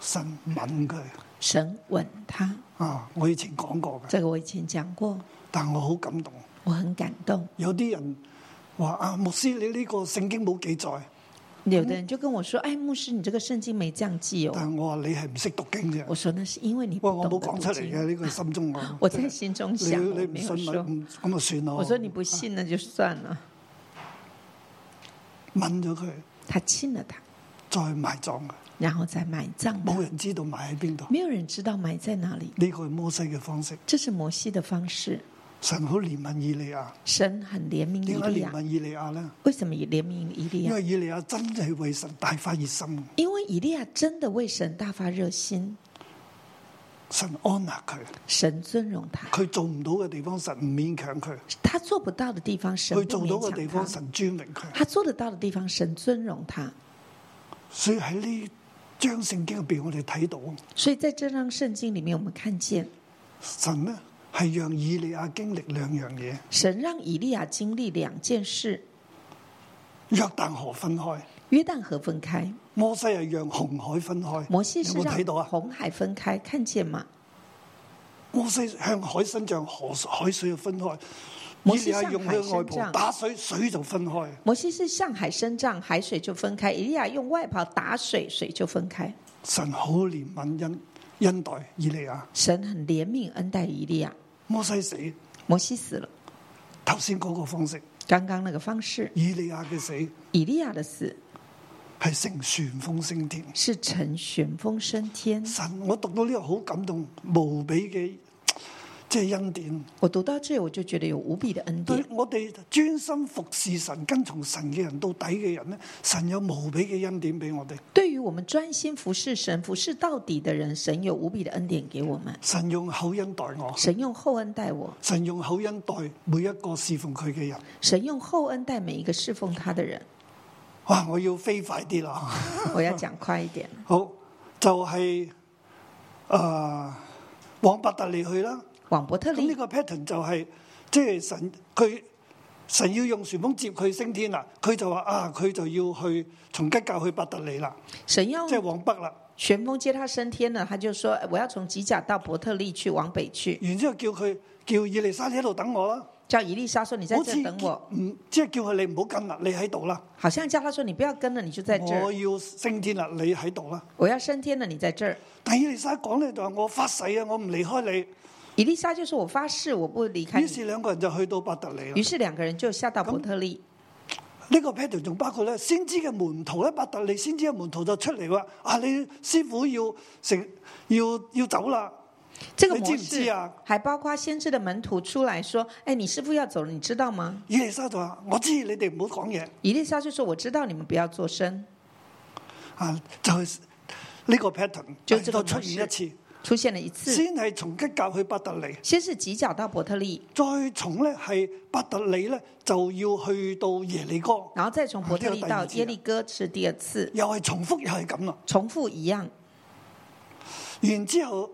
Speaker 2: 神吻佢
Speaker 3: 神吻他。
Speaker 2: 啊！我以前講過嘅，
Speaker 3: 這個我以前講過，
Speaker 2: 但我好感動。
Speaker 3: 我很感動。
Speaker 2: 有啲人話啊，牧師你呢個聖經冇記載，
Speaker 3: 有的人就跟我說：“哎，牧師，你這個聖經沒這樣記哦。
Speaker 2: 但係我話你係唔識讀經”啫。
Speaker 3: 我說：“那是因為你
Speaker 2: 喂，
Speaker 3: 不
Speaker 2: 我
Speaker 3: 懂
Speaker 2: 冇
Speaker 3: 得
Speaker 2: 講
Speaker 3: 讀
Speaker 2: 出嚟嘅
Speaker 3: 經。。
Speaker 2: 呢個係心中我
Speaker 3: 我在心中
Speaker 2: 你
Speaker 3: 想，我
Speaker 2: 你唔
Speaker 3: 沒有
Speaker 2: 信咪嗯
Speaker 3: 說。
Speaker 2: 唔咁就算咯。
Speaker 3: 我說你不信，那就算了。
Speaker 2: 吻咗佢，
Speaker 3: 他亲了他，
Speaker 2: 再埋葬佢，
Speaker 3: 然後再埋葬他
Speaker 2: 冇人知道埋喺邊度。
Speaker 3: 沒有人知道埋在哪裡。
Speaker 2: 呢個係摩西嘅方式。
Speaker 3: 這是摩西的方式。
Speaker 2: 神好憐憫以利亞，
Speaker 3: 神很憐
Speaker 2: 點
Speaker 3: 憫以
Speaker 2: 解
Speaker 3: 利
Speaker 2: 憐憫
Speaker 3: 亞，
Speaker 2: 以利亞呢？
Speaker 3: 為什麼憐憫以利
Speaker 2: 因
Speaker 3: 亞？
Speaker 2: 為以利亞真係為神大發熱心，
Speaker 3: 因為以利亞真的為神大發熱心，
Speaker 2: 神安納佢，
Speaker 3: 神尊榮他。
Speaker 2: 佢做唔到嘅地方，神唔勉強佢；
Speaker 3: 他做不到的地方，神
Speaker 2: 佢做
Speaker 3: 不
Speaker 2: 到嘅地
Speaker 3: 勉強
Speaker 2: 方，
Speaker 3: 他；
Speaker 2: 神尊榮佢。
Speaker 3: 他做得到的地方，神尊榮他。
Speaker 2: 所以喺呢張聖經入邊，我哋睇到
Speaker 3: 所以在這張聖經裡面，我們看見
Speaker 2: 神呢係讓以利亞經歷兩樣嘢：
Speaker 3: 神讓以利亞經歷兩件事：
Speaker 2: 約旦河分開，
Speaker 3: 約旦河分開，
Speaker 2: 摩西係讓紅海分開。
Speaker 3: 摩西是
Speaker 2: 有冇
Speaker 3: 讓
Speaker 2: 睇到啊？
Speaker 3: 紅海分開，看見嗎？
Speaker 2: 摩西向海伸杖，河海水就分開。以
Speaker 3: 摩
Speaker 2: 利
Speaker 3: 西
Speaker 2: 亞
Speaker 3: 向
Speaker 2: 用佢
Speaker 3: 海
Speaker 2: 外
Speaker 3: 伸
Speaker 2: 袍
Speaker 3: 杖
Speaker 2: 打水，水就分開。
Speaker 3: 摩西是向海伸杖，海水就分開；以利亞用外袍打水，水就分開。
Speaker 2: 神好憐憫恩恩待以利亞。
Speaker 3: 神很憐憫恩待以利亞。
Speaker 2: 摩西死，
Speaker 3: 摩西死了，
Speaker 2: 頭先嗰個方式，
Speaker 3: 剛剛那個方式，
Speaker 2: 以利亞嘅死
Speaker 3: 以利亞的死
Speaker 2: 係乘旋風升天。
Speaker 3: 是乘旋風升天。
Speaker 2: 神，我讀到呢個好感動無比嘅，即係恩典。
Speaker 3: 我讀到這，我就覺得有無比的恩
Speaker 2: 對
Speaker 3: 典。
Speaker 2: 我哋專心服侍神、跟從神嘅人到底嘅人咧，神有無比嘅恩典俾我哋。
Speaker 3: 對於我們專心服侍神、服侍到底的人，神有無比的恩典給我們。
Speaker 2: 神用口恩待我，
Speaker 3: 神用厚恩待我，
Speaker 2: 神用口恩待每一個侍奉佢嘅人。
Speaker 3: 神用厚恩待每一個侍奉他的人。
Speaker 2: 哇！我要飛快啲啦，
Speaker 3: 我要講快一點，
Speaker 2: 好就係、呃往伯特利去啦。
Speaker 3: 往伯特
Speaker 2: 咁呢
Speaker 3: 利，
Speaker 2: 個 pattern 就係、即係神佢神要用旋風接佢升天啦，佢就話啊，佢就要去從吉教去伯特利啦，
Speaker 3: 神要
Speaker 2: 即係往北啦。
Speaker 3: 旋風接他升天了，他就說：“我要從吉甲到伯特利去，往北去。
Speaker 2: 然之後叫佢叫以利沙你喺度等我啦，”
Speaker 3: 叫以利沙說：“你在
Speaker 2: 好
Speaker 3: 這
Speaker 2: 似
Speaker 3: 等我。
Speaker 2: 唔即係叫佢你唔好跟啦，你喺度啦，”
Speaker 3: 好像叫他說：“你不要跟了，你就在這
Speaker 2: 我
Speaker 3: 兒。
Speaker 2: 要升天啦，你喺度啦。
Speaker 3: 我要升天了，你在這兒。
Speaker 2: 但以利沙講咧就話我發誓啊，我唔離開”
Speaker 3: 以利沙就說：“我發誓，我不離
Speaker 2: 你。於
Speaker 3: 開
Speaker 2: 是兩個人就去到伯特利
Speaker 3: 你。”
Speaker 2: 啦
Speaker 3: 於。是兩個人就下到伯特利。
Speaker 2: 呢個 pattern 仲包括咧，先知嘅門徒咧，伯特利先知嘅門徒就出嚟話：啊，你師傅要成要要走啦，
Speaker 3: 這個
Speaker 2: 你
Speaker 3: 模
Speaker 2: 知唔知
Speaker 3: 式
Speaker 2: 啊
Speaker 3: 還包括先知的門徒出來說：“哎，你師傅要走了，你知道嗎
Speaker 2: 以利沙就話：我知你哋唔好講嘢？”
Speaker 3: 以利沙就說：“我知道，你們不要作聲。
Speaker 2: 啊，就係呢個 pattern
Speaker 3: 就係呢個
Speaker 2: 再出
Speaker 3: 模式
Speaker 2: 現一次，”
Speaker 3: 出現了一次，
Speaker 2: 先係從吉教去伯特利，
Speaker 3: 先是吉甲到伯特利，
Speaker 2: 再從咧係伯特利咧就要去到耶利哥，
Speaker 3: 然後再從伯特利
Speaker 2: 啊
Speaker 3: 到
Speaker 2: 這個第二次啊
Speaker 3: 耶利哥是第二次，
Speaker 2: 又係重複又係咁啦。
Speaker 3: 重複一樣。
Speaker 2: 然之後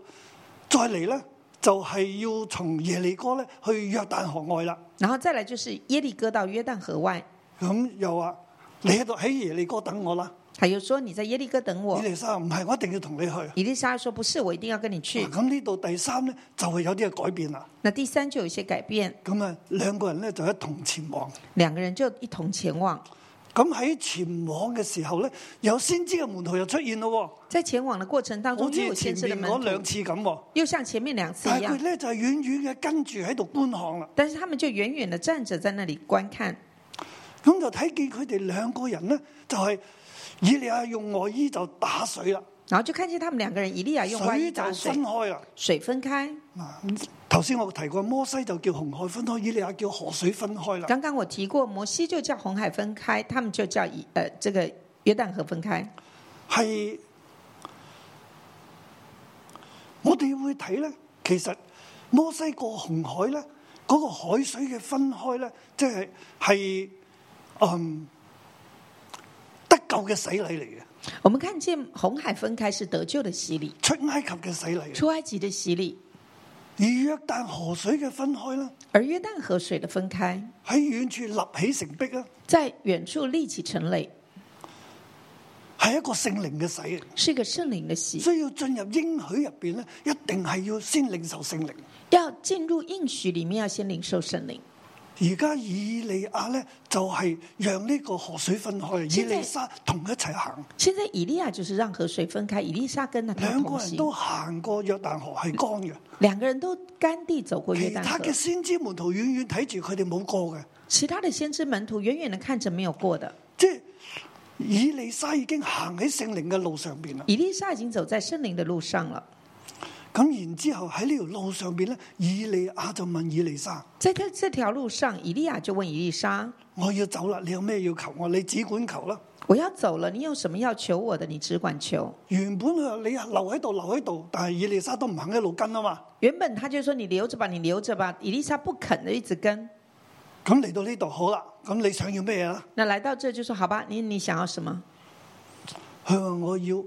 Speaker 2: 再嚟咧就係要從耶利哥咧去約旦河外啦。
Speaker 3: 然后再来就是耶利哥到约旦河外，
Speaker 2: 咁又話你喺度喺耶利哥等我啦。
Speaker 3: 他又说你在耶利哥等我
Speaker 2: 以。利沙唔係，我一定要同你去。
Speaker 3: 以利沙说不是，我一定要跟你去
Speaker 2: 嗱。咁呢度第三咧就係有啲嘅改變啦。
Speaker 3: 那第三就有一些改变，
Speaker 2: 咁啊，兩個人咧就一同前往。
Speaker 3: 两个人就一同前往。
Speaker 2: 咁喺前往嘅時候咧，有先知嘅門徒又出現咯
Speaker 3: 在前往的过程当
Speaker 2: 喎，好
Speaker 3: 中，又有
Speaker 2: 似
Speaker 3: 先
Speaker 2: 哦前
Speaker 3: 知的
Speaker 2: 面哦
Speaker 3: 门
Speaker 2: 嗰兩
Speaker 3: 徒，啊
Speaker 2: 次咁喎。
Speaker 3: 又像前面两次
Speaker 2: 但
Speaker 3: 一
Speaker 2: 係佢
Speaker 3: 样，
Speaker 2: 咧就係遠遠嘅跟住喺度觀看啦。
Speaker 3: 但是他们就远远的站着在那里观看。
Speaker 2: 咁就睇見佢哋兩個人咧，就係以利亞用外衣就打水啦，
Speaker 3: 然后就看见他们两个人，以利亚用外衣
Speaker 2: 水就
Speaker 3: 打水
Speaker 2: 分，開啦。
Speaker 3: 水分开。
Speaker 2: 嗱，啊頭先我提過，摩西就叫紅海分開，以利亞叫河水分開啦。
Speaker 3: 刚刚我提过，摩西就叫红海分开，他们就叫以呃这个约旦河分开。
Speaker 2: 係我哋會睇咧，其實摩西過紅海咧，嗰、個海水嘅分開咧，即係係嗯得救嘅洗禮嚟嘅，
Speaker 3: 我们看见红海分开是得救的洗礼，
Speaker 2: 出埃及嘅洗禮嚟，
Speaker 3: 出埃及的洗礼，
Speaker 2: 而約旦河水嘅分開咧，
Speaker 3: 而约旦河水的分开，
Speaker 2: 喺遠處立起城壁啊，
Speaker 3: 在远处立起城垒，
Speaker 2: 係一個聖靈嘅洗嚟。
Speaker 3: 是一个圣灵的洗。
Speaker 2: 所以要進入應許入邊咧，一定係要先領受聖靈。
Speaker 3: 要进入应许里面，要先领受圣灵。
Speaker 2: 而家以利亞咧就係讓呢個河水分開，以
Speaker 3: 現在
Speaker 2: 利沙同佢一齊行，
Speaker 3: 现在以利亚就是让河水分开，以利沙跟着他
Speaker 2: 兩個
Speaker 3: 同
Speaker 2: 人
Speaker 3: 行，
Speaker 2: 都行過約旦河係乾嘅，
Speaker 3: 两个人都干地走过约
Speaker 2: 其
Speaker 3: 旦
Speaker 2: 他
Speaker 3: 河
Speaker 2: 嘅。先知門徒遠遠睇住佢哋冇過嘅，
Speaker 3: 其他的先知门徒远远的看着没有过的，
Speaker 2: 即係以利沙已經行喺聖靈嘅路上邊啦。
Speaker 3: 以利沙已经走在圣灵的路上了。
Speaker 2: 咁然之後喺呢條路上邊咧，以利亞就問以利沙：
Speaker 3: 在这这条路上，以利亚就问以利沙
Speaker 2: 我要走啦，你有咩要求我？你只管求啦。：“
Speaker 3: 我要走了，你有什么要求我的？你只管求。
Speaker 2: 原本佢話你啊留喺度，留喺度，但係以利沙都唔肯一路跟啊嘛。”
Speaker 3: 原本他就说：“你留着吧，你留着吧。”以利沙不肯的一直跟。
Speaker 2: 咁嚟到呢度好啦，咁你想要咩嘢啊啦？
Speaker 3: 那来到这就说：“好吧，你你想要什么
Speaker 2: 佢話我要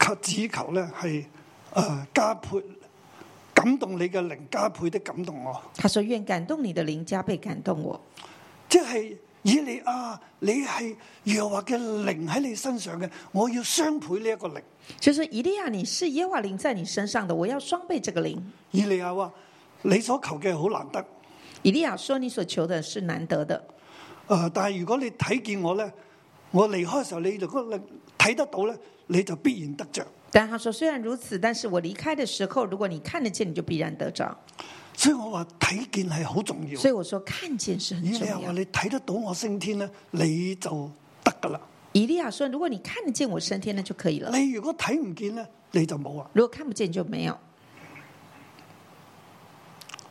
Speaker 2: 求只求咧係诶加倍感動你嘅靈，加倍的感動我。？”
Speaker 3: 他说：“愿感动你的灵加倍感动我。
Speaker 2: 即係以利亞，你係耶和華嘅靈喺你身上嘅，我要雙倍呢一個靈。”
Speaker 3: 就是以利亚，你是耶和华灵在你身上的，我要双倍这个灵。
Speaker 2: 以利亞話：你所求嘅好難得，
Speaker 3: 以利亚说：“你所求的是难得的，
Speaker 2: 诶、呃但係如果你睇見我咧，我離開嘅時候，你如果能睇得到咧，你就必然得着。
Speaker 3: 但他说：“虽然如此，但是我离开的时候，如果你看得见，你就必然得着。
Speaker 2: 所以我話睇見係好重要。
Speaker 3: 所以我说，看见是很
Speaker 2: 以利
Speaker 3: 重要
Speaker 2: 亞
Speaker 3: 的
Speaker 2: 話：。你睇得到我升天咧，你就得噶啦。
Speaker 3: 以利亚说：“如果你看得见我升天，那就可以了；
Speaker 2: 你如果睇唔見咧，你就冇啊。
Speaker 3: 如果看不见，就没有。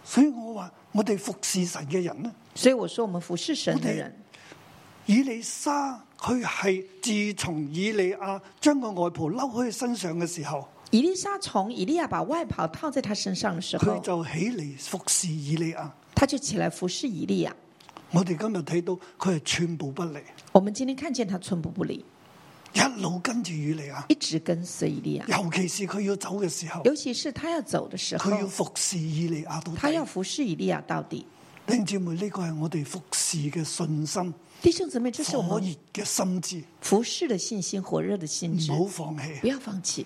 Speaker 2: 所以我話：我哋服侍神嘅人咧，”
Speaker 3: 所以我说，我们服侍神的人，
Speaker 2: 以利沙佢係自從以利亞將個外袍褸喺佢身上嘅時候，
Speaker 3: 以利沙从以利亚把外袍套在他身上的时
Speaker 2: 佢
Speaker 3: 候，
Speaker 2: 就起嚟服侍以利亞。
Speaker 3: 他就起来服侍以利亚。
Speaker 2: 我哋今日睇到佢係寸步不離，
Speaker 3: 我们今天看见他寸步不离，
Speaker 2: 一路跟住以利亞。
Speaker 3: 一直跟随以利亚，
Speaker 2: 尤其是佢要走嘅時候，
Speaker 3: 尤其是他要走的时候
Speaker 2: 佢，要服侍以利亞到
Speaker 3: 他要
Speaker 2: 底。
Speaker 3: 服侍以利亚到底。
Speaker 2: 弟兄姊妹，呢個係我哋服侍嘅信心，
Speaker 3: 弟兄姊妹，这是我
Speaker 2: 火
Speaker 3: 们
Speaker 2: 熱嘅心志。
Speaker 3: 服侍的信心、火热的心智，
Speaker 2: 唔好放棄。
Speaker 3: 不要放弃。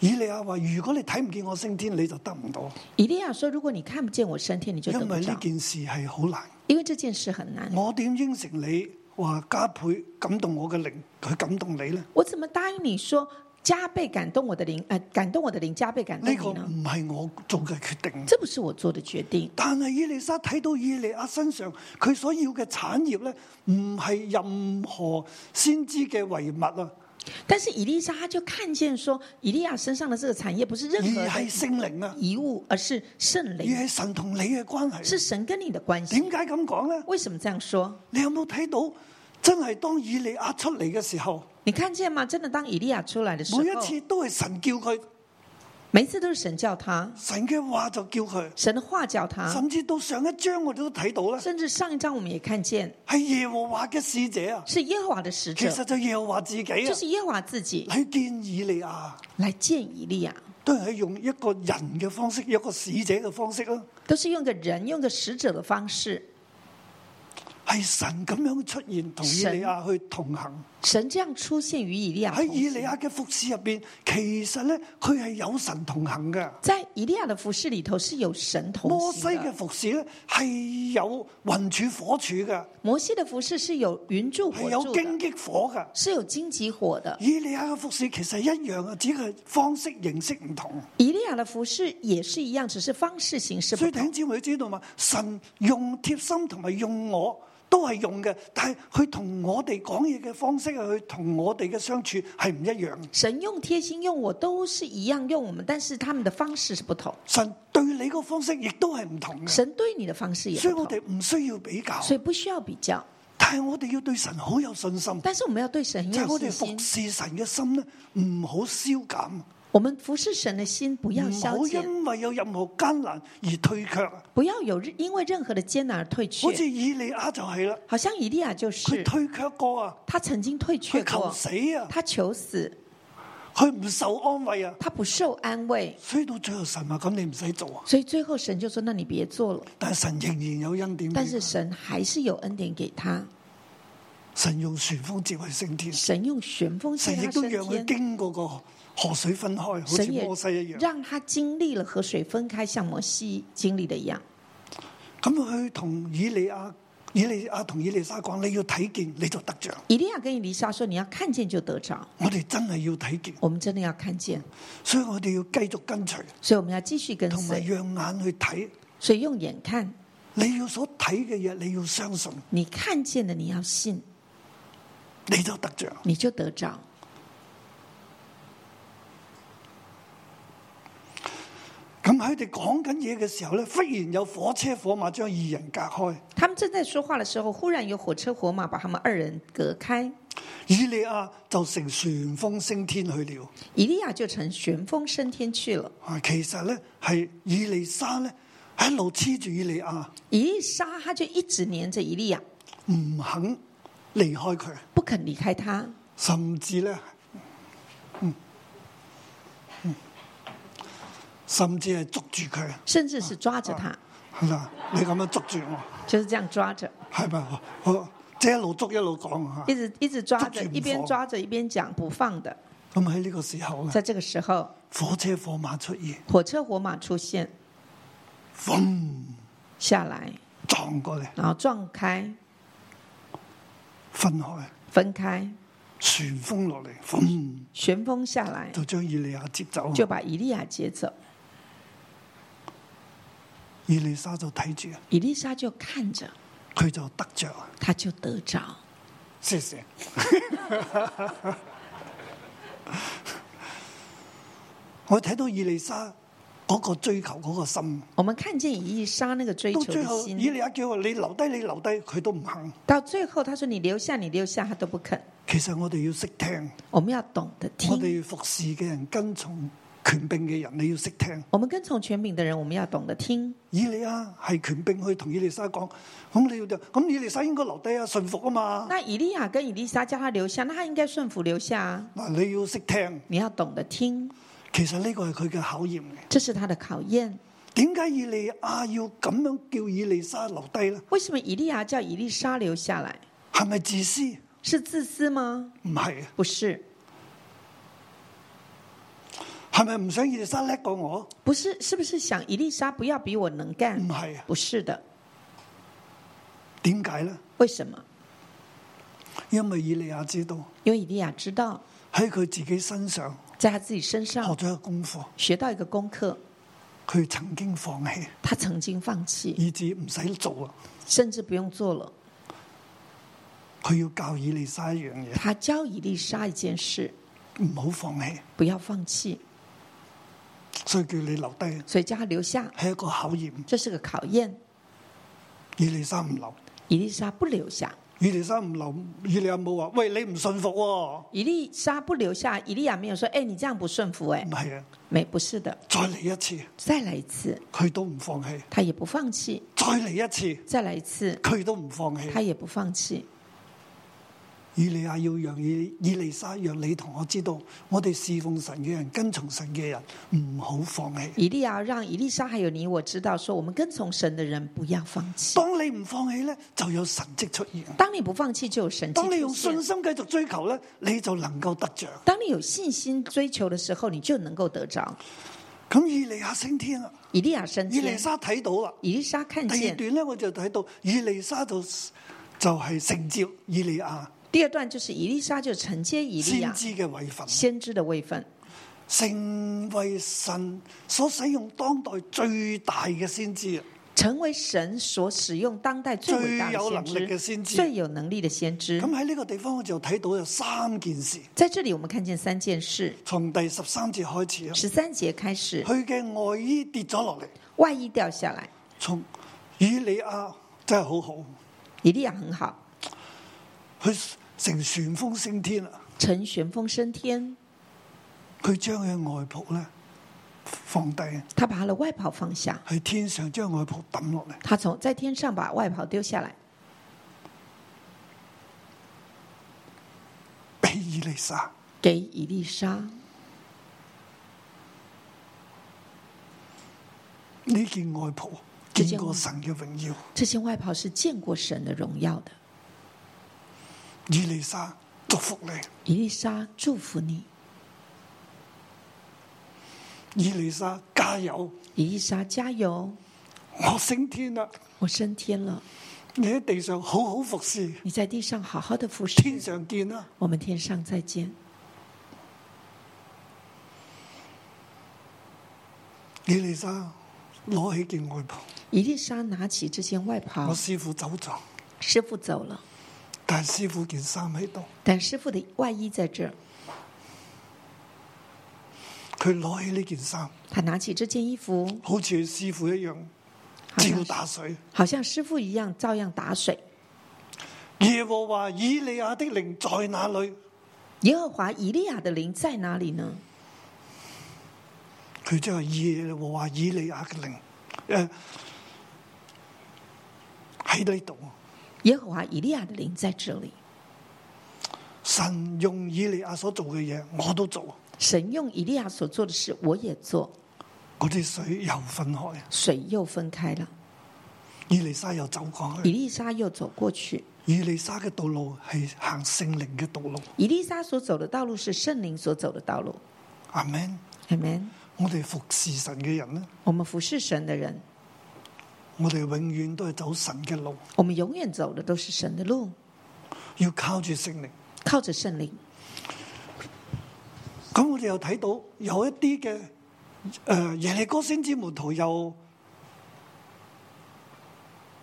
Speaker 2: 以利亞話：如果你睇唔見我升天，你就得唔到，
Speaker 3: 以利亚说：“如果你看不见我升天，你就得
Speaker 2: 因
Speaker 3: 不
Speaker 2: 為呢
Speaker 3: 着，
Speaker 2: 件事係好難。
Speaker 3: 因为这件事很难。
Speaker 2: 我點應承你話加倍感動我嘅靈，佢感動你呢？
Speaker 3: 我怎么答应你说加倍感动我的灵？呃，感动我的灵，加倍感动
Speaker 2: 呢、個
Speaker 3: 你呢？
Speaker 2: 唔係我做嘅決定。
Speaker 3: 这不是我做的决定。
Speaker 2: 但係以利沙睇到以利亞身上佢所要嘅產業呢，唔係任何先知嘅遺物啊，
Speaker 3: 但是以利沙她就看见说，以利亚身上的这个产业不是
Speaker 2: 而
Speaker 3: 任何的
Speaker 2: 係聖靈啊，
Speaker 3: 遗物，而是圣
Speaker 2: 而
Speaker 3: 灵，
Speaker 2: 係神同你嘅關係。
Speaker 3: 是神跟你的关
Speaker 2: 點
Speaker 3: 系。
Speaker 2: 解咁講呢？
Speaker 3: 为什么这样说？
Speaker 2: 你有冇睇到真係當以利亞出嚟嘅時候，
Speaker 3: 你看见吗？真的，当以利亚出来的时候，
Speaker 2: 每一次都係神叫佢。
Speaker 3: 每每一次都是神叫他，
Speaker 2: 神嘅話就叫佢，
Speaker 3: 神的话叫他，
Speaker 2: 甚至到上一章我哋都睇到咧，
Speaker 3: 甚至上一章我们也看见
Speaker 2: 係耶和華嘅使者啊，
Speaker 3: 是耶和华的使
Speaker 2: 其
Speaker 3: 者，
Speaker 2: 實就耶和華自己
Speaker 3: 就
Speaker 2: 啊，
Speaker 3: 是耶和华自己
Speaker 2: 去見以利亞，啊
Speaker 3: 来见以利亚，
Speaker 2: 都係用一個人嘅方式，一個使者嘅方式啊啦，
Speaker 3: 都是用个人用个使者的方式，
Speaker 2: 係神咁樣出現同以利亞去同行。
Speaker 3: 神这样出现于以利亚
Speaker 2: 喺
Speaker 3: 同
Speaker 2: 哎以
Speaker 3: 行。
Speaker 2: 利亞嘅服侍入边，其實咧佢係有神同行嘅。
Speaker 3: 在以利亚的服饰里头是有神同
Speaker 2: 摩西
Speaker 3: 行
Speaker 2: 嘅
Speaker 3: 的，
Speaker 2: 服侍咧係有雲柱火柱嘅，
Speaker 3: 摩西的服饰是有云柱
Speaker 2: 係
Speaker 3: 火
Speaker 2: 有
Speaker 3: 柱
Speaker 2: 荊
Speaker 3: 的，
Speaker 2: 棘火嘅。
Speaker 3: 是有荆棘火的。
Speaker 2: 以利亞嘅服侍其實一樣啊，只係方式形式唔同。
Speaker 3: 以利亚的服饰也是一样，只是方式形式
Speaker 2: 所
Speaker 3: 不
Speaker 2: 以弟兄
Speaker 3: 同。
Speaker 2: 姊妹知道嘛，神用貼心同埋用我都係用嘅，但係佢同我哋講嘢嘅方式啊，佢同我哋嘅相處係唔一樣。
Speaker 3: 神用贴心用我都是一样用我们，但是他们的方式是不同，
Speaker 2: 神對你個方式亦都係唔同嘅，
Speaker 3: 神对你的方式也
Speaker 2: 所以
Speaker 3: 不
Speaker 2: 我
Speaker 3: 同，
Speaker 2: 哋唔需要比較，
Speaker 3: 所以不需要比较。
Speaker 2: 但係我哋要對神好有信心。
Speaker 3: 但是我们要对神很
Speaker 2: 就係
Speaker 3: 有
Speaker 2: 我哋
Speaker 3: 信
Speaker 2: 服
Speaker 3: 心，
Speaker 2: 侍神嘅心咧，唔好消減，
Speaker 3: 我们服侍神的心不要
Speaker 2: 唔
Speaker 3: 消
Speaker 2: 好
Speaker 3: 减，
Speaker 2: 因為有任何艱難而退卻啊！
Speaker 3: 不要有任因为任何的艰难而退
Speaker 2: 好似
Speaker 3: 却。
Speaker 2: 以利亞就係啦，
Speaker 3: 好像以利亚就
Speaker 2: 佢
Speaker 3: 是，
Speaker 2: 退卻過啊，
Speaker 3: 他曾经退却
Speaker 2: 佢求
Speaker 3: 过，
Speaker 2: 死啊，
Speaker 3: 他求死，
Speaker 2: 佢唔受安慰啊，
Speaker 3: 他不受安慰，
Speaker 2: 所以到最後神話咁你唔使做啊，
Speaker 3: 所以最后神就说：“那你别做了。
Speaker 2: 但係神仍然有恩典俾佢，”
Speaker 3: 但是神还是有恩典给他，
Speaker 2: 神用旋風接佢升天，
Speaker 3: 神用旋风接
Speaker 2: 神亦
Speaker 3: 他
Speaker 2: 都
Speaker 3: 升
Speaker 2: 讓佢
Speaker 3: 天。
Speaker 2: 經過個河水分開，好似
Speaker 3: 神也
Speaker 2: 摩西一樣。
Speaker 3: 让他经历了河水分开，像摩西经历的一样。
Speaker 2: 咁佢同以利亞、以利亞同以利沙講：你要睇見，你就得着。
Speaker 3: 以利亚跟以利沙说：“你要看见就得着。
Speaker 2: 我哋真係要睇見，”
Speaker 3: 我们真的要看见，
Speaker 2: 所以我哋要繼續跟隨。
Speaker 3: 所以我们要继续跟
Speaker 2: 同埋
Speaker 3: 随。
Speaker 2: 讓眼去睇，
Speaker 3: 所以用眼看，
Speaker 2: 你要所睇嘅嘢，你要相信，
Speaker 3: 你看见的你要信，
Speaker 2: 你就得着。
Speaker 3: 你就得着。
Speaker 2: 咁喺佢哋講緊嘢嘅時候咧，忽然有火車火馬將二人隔開。
Speaker 3: 他们正在说话的时候，忽然有火车火马把他们二人隔开，
Speaker 2: 以利亞就乘旋風升天去了。
Speaker 3: 以利亚就乘旋风升天去了。
Speaker 2: 啊，其實咧係以利沙咧一路黐住以利亞，
Speaker 3: 以利沙他就一直黏着以利亚，
Speaker 2: 唔肯離開佢，
Speaker 3: 不肯离开他，
Speaker 2: 甚至咧，嗯嗯，甚至係捉住佢，
Speaker 3: 甚至是抓着
Speaker 2: 啊
Speaker 3: 他，
Speaker 2: 係啦，你咁樣捉住我，
Speaker 3: 就是这样抓着，
Speaker 2: 係咪？啊我即係一路捉一路講啊。
Speaker 3: 一直一直抓
Speaker 2: 抓
Speaker 3: 着，
Speaker 2: 着不
Speaker 3: 一边
Speaker 2: 放
Speaker 3: 抓着一边讲不放的。
Speaker 2: 咁喺呢個時候咧，
Speaker 3: 在这个时候，
Speaker 2: 火車火馬出現，
Speaker 3: 火车火马出现
Speaker 2: 嗡
Speaker 3: 下来，
Speaker 2: 撞過嚟，
Speaker 3: 然后撞开、
Speaker 2: 分開，
Speaker 3: 分开，
Speaker 2: 旋風落嚟，嗡
Speaker 3: 旋风下来
Speaker 2: 就將以利亞接走。啊
Speaker 3: 就把以利亚接走。
Speaker 2: 以利沙就睇住，啊
Speaker 3: 以丽莎就看着，
Speaker 2: 佢就得着，啊
Speaker 3: 他就得着。
Speaker 2: 謝謝。 我睇到以利沙嗰個追求嗰個心，
Speaker 3: 我们看见以丽莎那个追
Speaker 2: 到
Speaker 3: 求
Speaker 2: 最
Speaker 3: 的
Speaker 2: 後以
Speaker 3: 心，
Speaker 2: 利亞叫佢你留低，你留低，佢都唔肯。
Speaker 3: 到最后他说：“你留下，你留下。”他都不肯。
Speaker 2: 其實我哋要識聽，
Speaker 3: 我们要懂得
Speaker 2: 我
Speaker 3: 听。
Speaker 2: 哋服侍嘅人跟從權柄嘅人，你要識聽。
Speaker 3: 我们跟从权柄的人，我们要懂得听。
Speaker 2: 以利亞係權柄去同以利沙講，咁你要就咁以利沙應該留低啊，信服啊嘛。
Speaker 3: 那以利亚跟以丽莎叫他留下，那他应该顺服留下啊。
Speaker 2: 嗱，你要識聽，
Speaker 3: 你要懂得听，
Speaker 2: 其實呢個係佢嘅考驗嘅。
Speaker 3: 这是他的考验。
Speaker 2: 點解以利亞要咁樣叫以利沙留低呢？
Speaker 3: 为什么以利亚叫以丽莎留下来？
Speaker 2: 係咪自私？
Speaker 3: 是自私吗？
Speaker 2: 唔係啊，
Speaker 3: 不是，
Speaker 2: 係咪唔想以利沙叻過我？
Speaker 3: 不是，是不是想以丽莎不要比我能干
Speaker 2: 唔？係啊，
Speaker 3: 不是的，
Speaker 2: 點解呢？
Speaker 3: 为什么？
Speaker 2: 因為以利亞知道
Speaker 3: 因为以利亚知道，
Speaker 2: 喺佢自己身上
Speaker 3: 在他自己身
Speaker 2: 學
Speaker 3: 上
Speaker 2: 咗一個功課，
Speaker 3: 学到一个功课，
Speaker 2: 佢曾經放棄，
Speaker 3: 他曾经放弃，
Speaker 2: 以至唔使做啊。
Speaker 3: 甚至不用做了。
Speaker 2: 佢要教以利沙一樣嘢，
Speaker 3: 他教以丽莎一件事，
Speaker 2: 唔好放棄，
Speaker 3: 不要放弃，
Speaker 2: 所以叫你留低
Speaker 3: 所以叫他留下，
Speaker 2: 係一個考驗。
Speaker 3: 这是个考验。
Speaker 2: 以利沙唔留，
Speaker 3: 以丽莎不留下，
Speaker 2: 以利沙唔留，以利亞冇話：喂，你唔信服喎、
Speaker 3: 以利沙不留下，以利亚没有说：“哎，你这样不顺服。”哎
Speaker 2: 唔，係啊，
Speaker 3: 没不是的，
Speaker 2: 再嚟一次，
Speaker 3: 再来一次，
Speaker 2: 佢都唔放棄；
Speaker 3: 他也不放弃，
Speaker 2: 再嚟一次，
Speaker 3: 再来一次，
Speaker 2: 佢都唔放
Speaker 3: 他
Speaker 2: 棄。
Speaker 3: 也不放弃。
Speaker 2: 以利亞要讓以以利沙讓你同我知道，我哋侍奉神嘅人、跟從神嘅人唔好放棄。
Speaker 3: 以利亚让以利沙还有你我知道，说我们跟从神的人不要放弃。
Speaker 2: 當你唔放棄咧，就有神迹出現；
Speaker 3: 当你不放弃，就有神迹
Speaker 2: 當你用
Speaker 3: 出
Speaker 2: 信
Speaker 3: 现。
Speaker 2: 心繼續追求咧，你就能夠得着。
Speaker 3: 当你有信心追求的时候，你就能够得着。
Speaker 2: 咁以利亞升天啦，
Speaker 3: 以利亚升
Speaker 2: 以利
Speaker 3: 天，
Speaker 2: 沙睇到啦。
Speaker 3: 以利沙看
Speaker 2: 第二
Speaker 3: 见。
Speaker 2: 段咧，我就睇到以利沙就就係承接以利亞
Speaker 3: 第二段就是以利沙就承接以利
Speaker 2: 先
Speaker 3: 亚
Speaker 2: 知嘅位份，
Speaker 3: 先知的位分，
Speaker 2: 成為神所使用當代最大嘅先知啊！
Speaker 3: 成为神所使用当代最伟大的
Speaker 2: 最有
Speaker 3: 先
Speaker 2: 能力
Speaker 3: 知
Speaker 2: 的先知
Speaker 3: 最有能力的先知
Speaker 2: 咁。喺呢個地方我就睇到有三件事，
Speaker 3: 在这里，我们看见三件事。
Speaker 2: 從第十三節開始啊，
Speaker 3: 十三节开始，
Speaker 2: 佢嘅外衣跌咗落嚟，
Speaker 3: 外衣掉下來，
Speaker 2: 從以利亞真係好好，
Speaker 3: 以利亚很好，
Speaker 2: 佢乘旋風升天啊！
Speaker 3: 乘旋風升天，
Speaker 2: 佢將佢嘅外袍咧放低，
Speaker 3: 他把他的外袍放下，
Speaker 2: 喺天上將外袍抌落嚟。
Speaker 3: 他从在天上把外袍丢下来，
Speaker 2: 俾以利沙。
Speaker 3: 给以利沙。
Speaker 2: 呢件外袍
Speaker 3: 呢
Speaker 2: 見
Speaker 3: 件
Speaker 2: 過
Speaker 3: 外
Speaker 2: 神嘅榮耀，
Speaker 3: 这件外袍是见过神的荣耀的。
Speaker 2: 以利沙祝福你，
Speaker 3: 以利沙祝福你，
Speaker 2: 以利沙加油，
Speaker 3: 以利沙加油！
Speaker 2: 我升天啦！
Speaker 3: 我升天了，
Speaker 2: 你喺地上好好服侍，
Speaker 3: 你在地上好好的服侍，
Speaker 2: 天上見啦！
Speaker 3: 我们天上再见。
Speaker 2: 以利沙攞起件外袍，
Speaker 3: 以利沙拿起这件外袍
Speaker 2: 我，師傅走咗，
Speaker 3: 师傅走了，
Speaker 2: 但係師傅件衫喺度，
Speaker 3: 但师傅的外衣在这儿，
Speaker 2: 佢攞起呢件衫，
Speaker 3: 他拿起这件衣服，
Speaker 2: 好似佢師傅一樣
Speaker 3: 好
Speaker 2: 照
Speaker 3: 像
Speaker 2: 打水。
Speaker 3: 好像师傅一样，照样打水。
Speaker 2: 耶和華以利亞的靈在哪裏？
Speaker 3: 耶和华以利亚的灵在哪里呢？
Speaker 2: 佢將耶和華以利亞嘅靈，誒喺呢度。
Speaker 3: 耶和华以利亚的灵在这里。
Speaker 2: 神用以利亞所做嘅嘢，我都做。
Speaker 3: 神用以利亚所做的事，我也做。
Speaker 2: 嗰啲水又分開，
Speaker 3: 水又分开了，
Speaker 2: 以利沙又走過
Speaker 3: 以
Speaker 2: 去。
Speaker 3: 利沙又走过去。
Speaker 2: 以利沙嘅道路係行聖靈嘅道路。
Speaker 3: 以利沙所走的道路是圣灵所走的道路。
Speaker 2: 阿 Man，
Speaker 3: Amen。
Speaker 2: 我哋服侍神嘅人呢，
Speaker 3: 我们服侍神的人，
Speaker 2: 我哋永遠都係走神嘅路，
Speaker 3: 我们永远走的都是神的路，
Speaker 2: 要靠住聖靈。
Speaker 3: 靠着圣灵。
Speaker 2: 咁我哋又睇到有一啲嘅誒耶利哥先知門徒又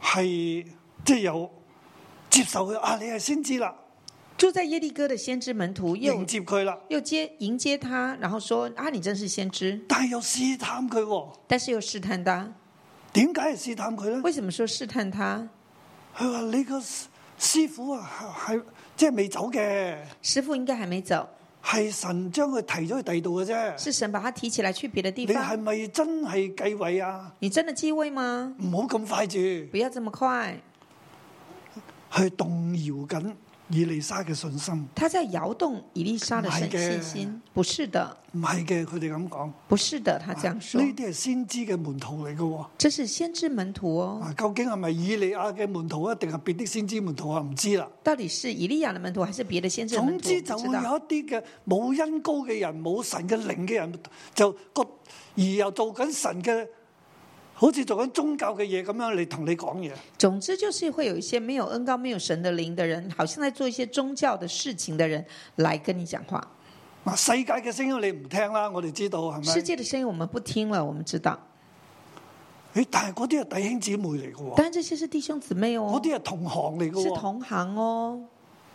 Speaker 2: 係即係有接受佢啊，你係先知啦，
Speaker 3: 住在耶利哥的先知门徒又
Speaker 2: 迎接佢啦，
Speaker 3: 又接迎接他，然后说：“啊，你真是先知。
Speaker 2: 但係又試探佢喎。”
Speaker 3: 但是又试探他，
Speaker 2: 點解係試探佢咧？
Speaker 3: 为什么说试探他？
Speaker 2: 佢話你個師傅啊，係即係未走嘅，
Speaker 3: 师傅应该还没走，
Speaker 2: 係神將佢提咗去第二度嘅啫。
Speaker 3: 是神把他提起来去别的地
Speaker 2: 你係
Speaker 3: 方。
Speaker 2: 咪真係繼位啊？
Speaker 3: 你真的继位吗？
Speaker 2: 唔好咁快住，
Speaker 3: 不要这么快。
Speaker 2: 去動搖緊以利沙嘅信心。
Speaker 3: 他在摇动以利沙的神
Speaker 2: 买的
Speaker 3: 信心。不是的，
Speaker 2: 唔係嘅，佢哋咁講。
Speaker 3: 不是的，他
Speaker 2: 啊
Speaker 3: 这样说
Speaker 2: 呢。啲係先知嘅門徒嚟嘅喎。
Speaker 3: 这是先知门徒哦，
Speaker 2: 啊，究竟係咪以利亞嘅門徒啊，定係別的先知門徒啊？唔知啦。
Speaker 3: 到底是以利亚的门徒还是别的先知的门
Speaker 2: 總
Speaker 3: 徒？
Speaker 2: 之就
Speaker 3: 我
Speaker 2: 會
Speaker 3: 不
Speaker 2: 有
Speaker 3: 知
Speaker 2: 一
Speaker 3: 道。
Speaker 2: 啲嘅冇恩高嘅人，冇神嘅靈嘅人，就個而又做緊神嘅，好似做緊宗教嘅嘢咁樣嚟同你講嘢。
Speaker 3: 总之就是会有一些没有恩高、没有神的灵的人，好像在做一些宗教的事情的人来跟你讲话。
Speaker 2: 嗱，啊世界嘅聲音你唔聽啦，我哋知道
Speaker 3: 世
Speaker 2: 係
Speaker 3: 界的声音我们不听了，我们知道，
Speaker 2: 咪？誒，但係嗰啲係弟兄姊妹嚟嘅喎，
Speaker 3: 但这些是弟兄姊妹
Speaker 2: 嗰
Speaker 3: 哦，
Speaker 2: 啲係同行嚟嘅
Speaker 3: 是
Speaker 2: 喎，
Speaker 3: 同行哦，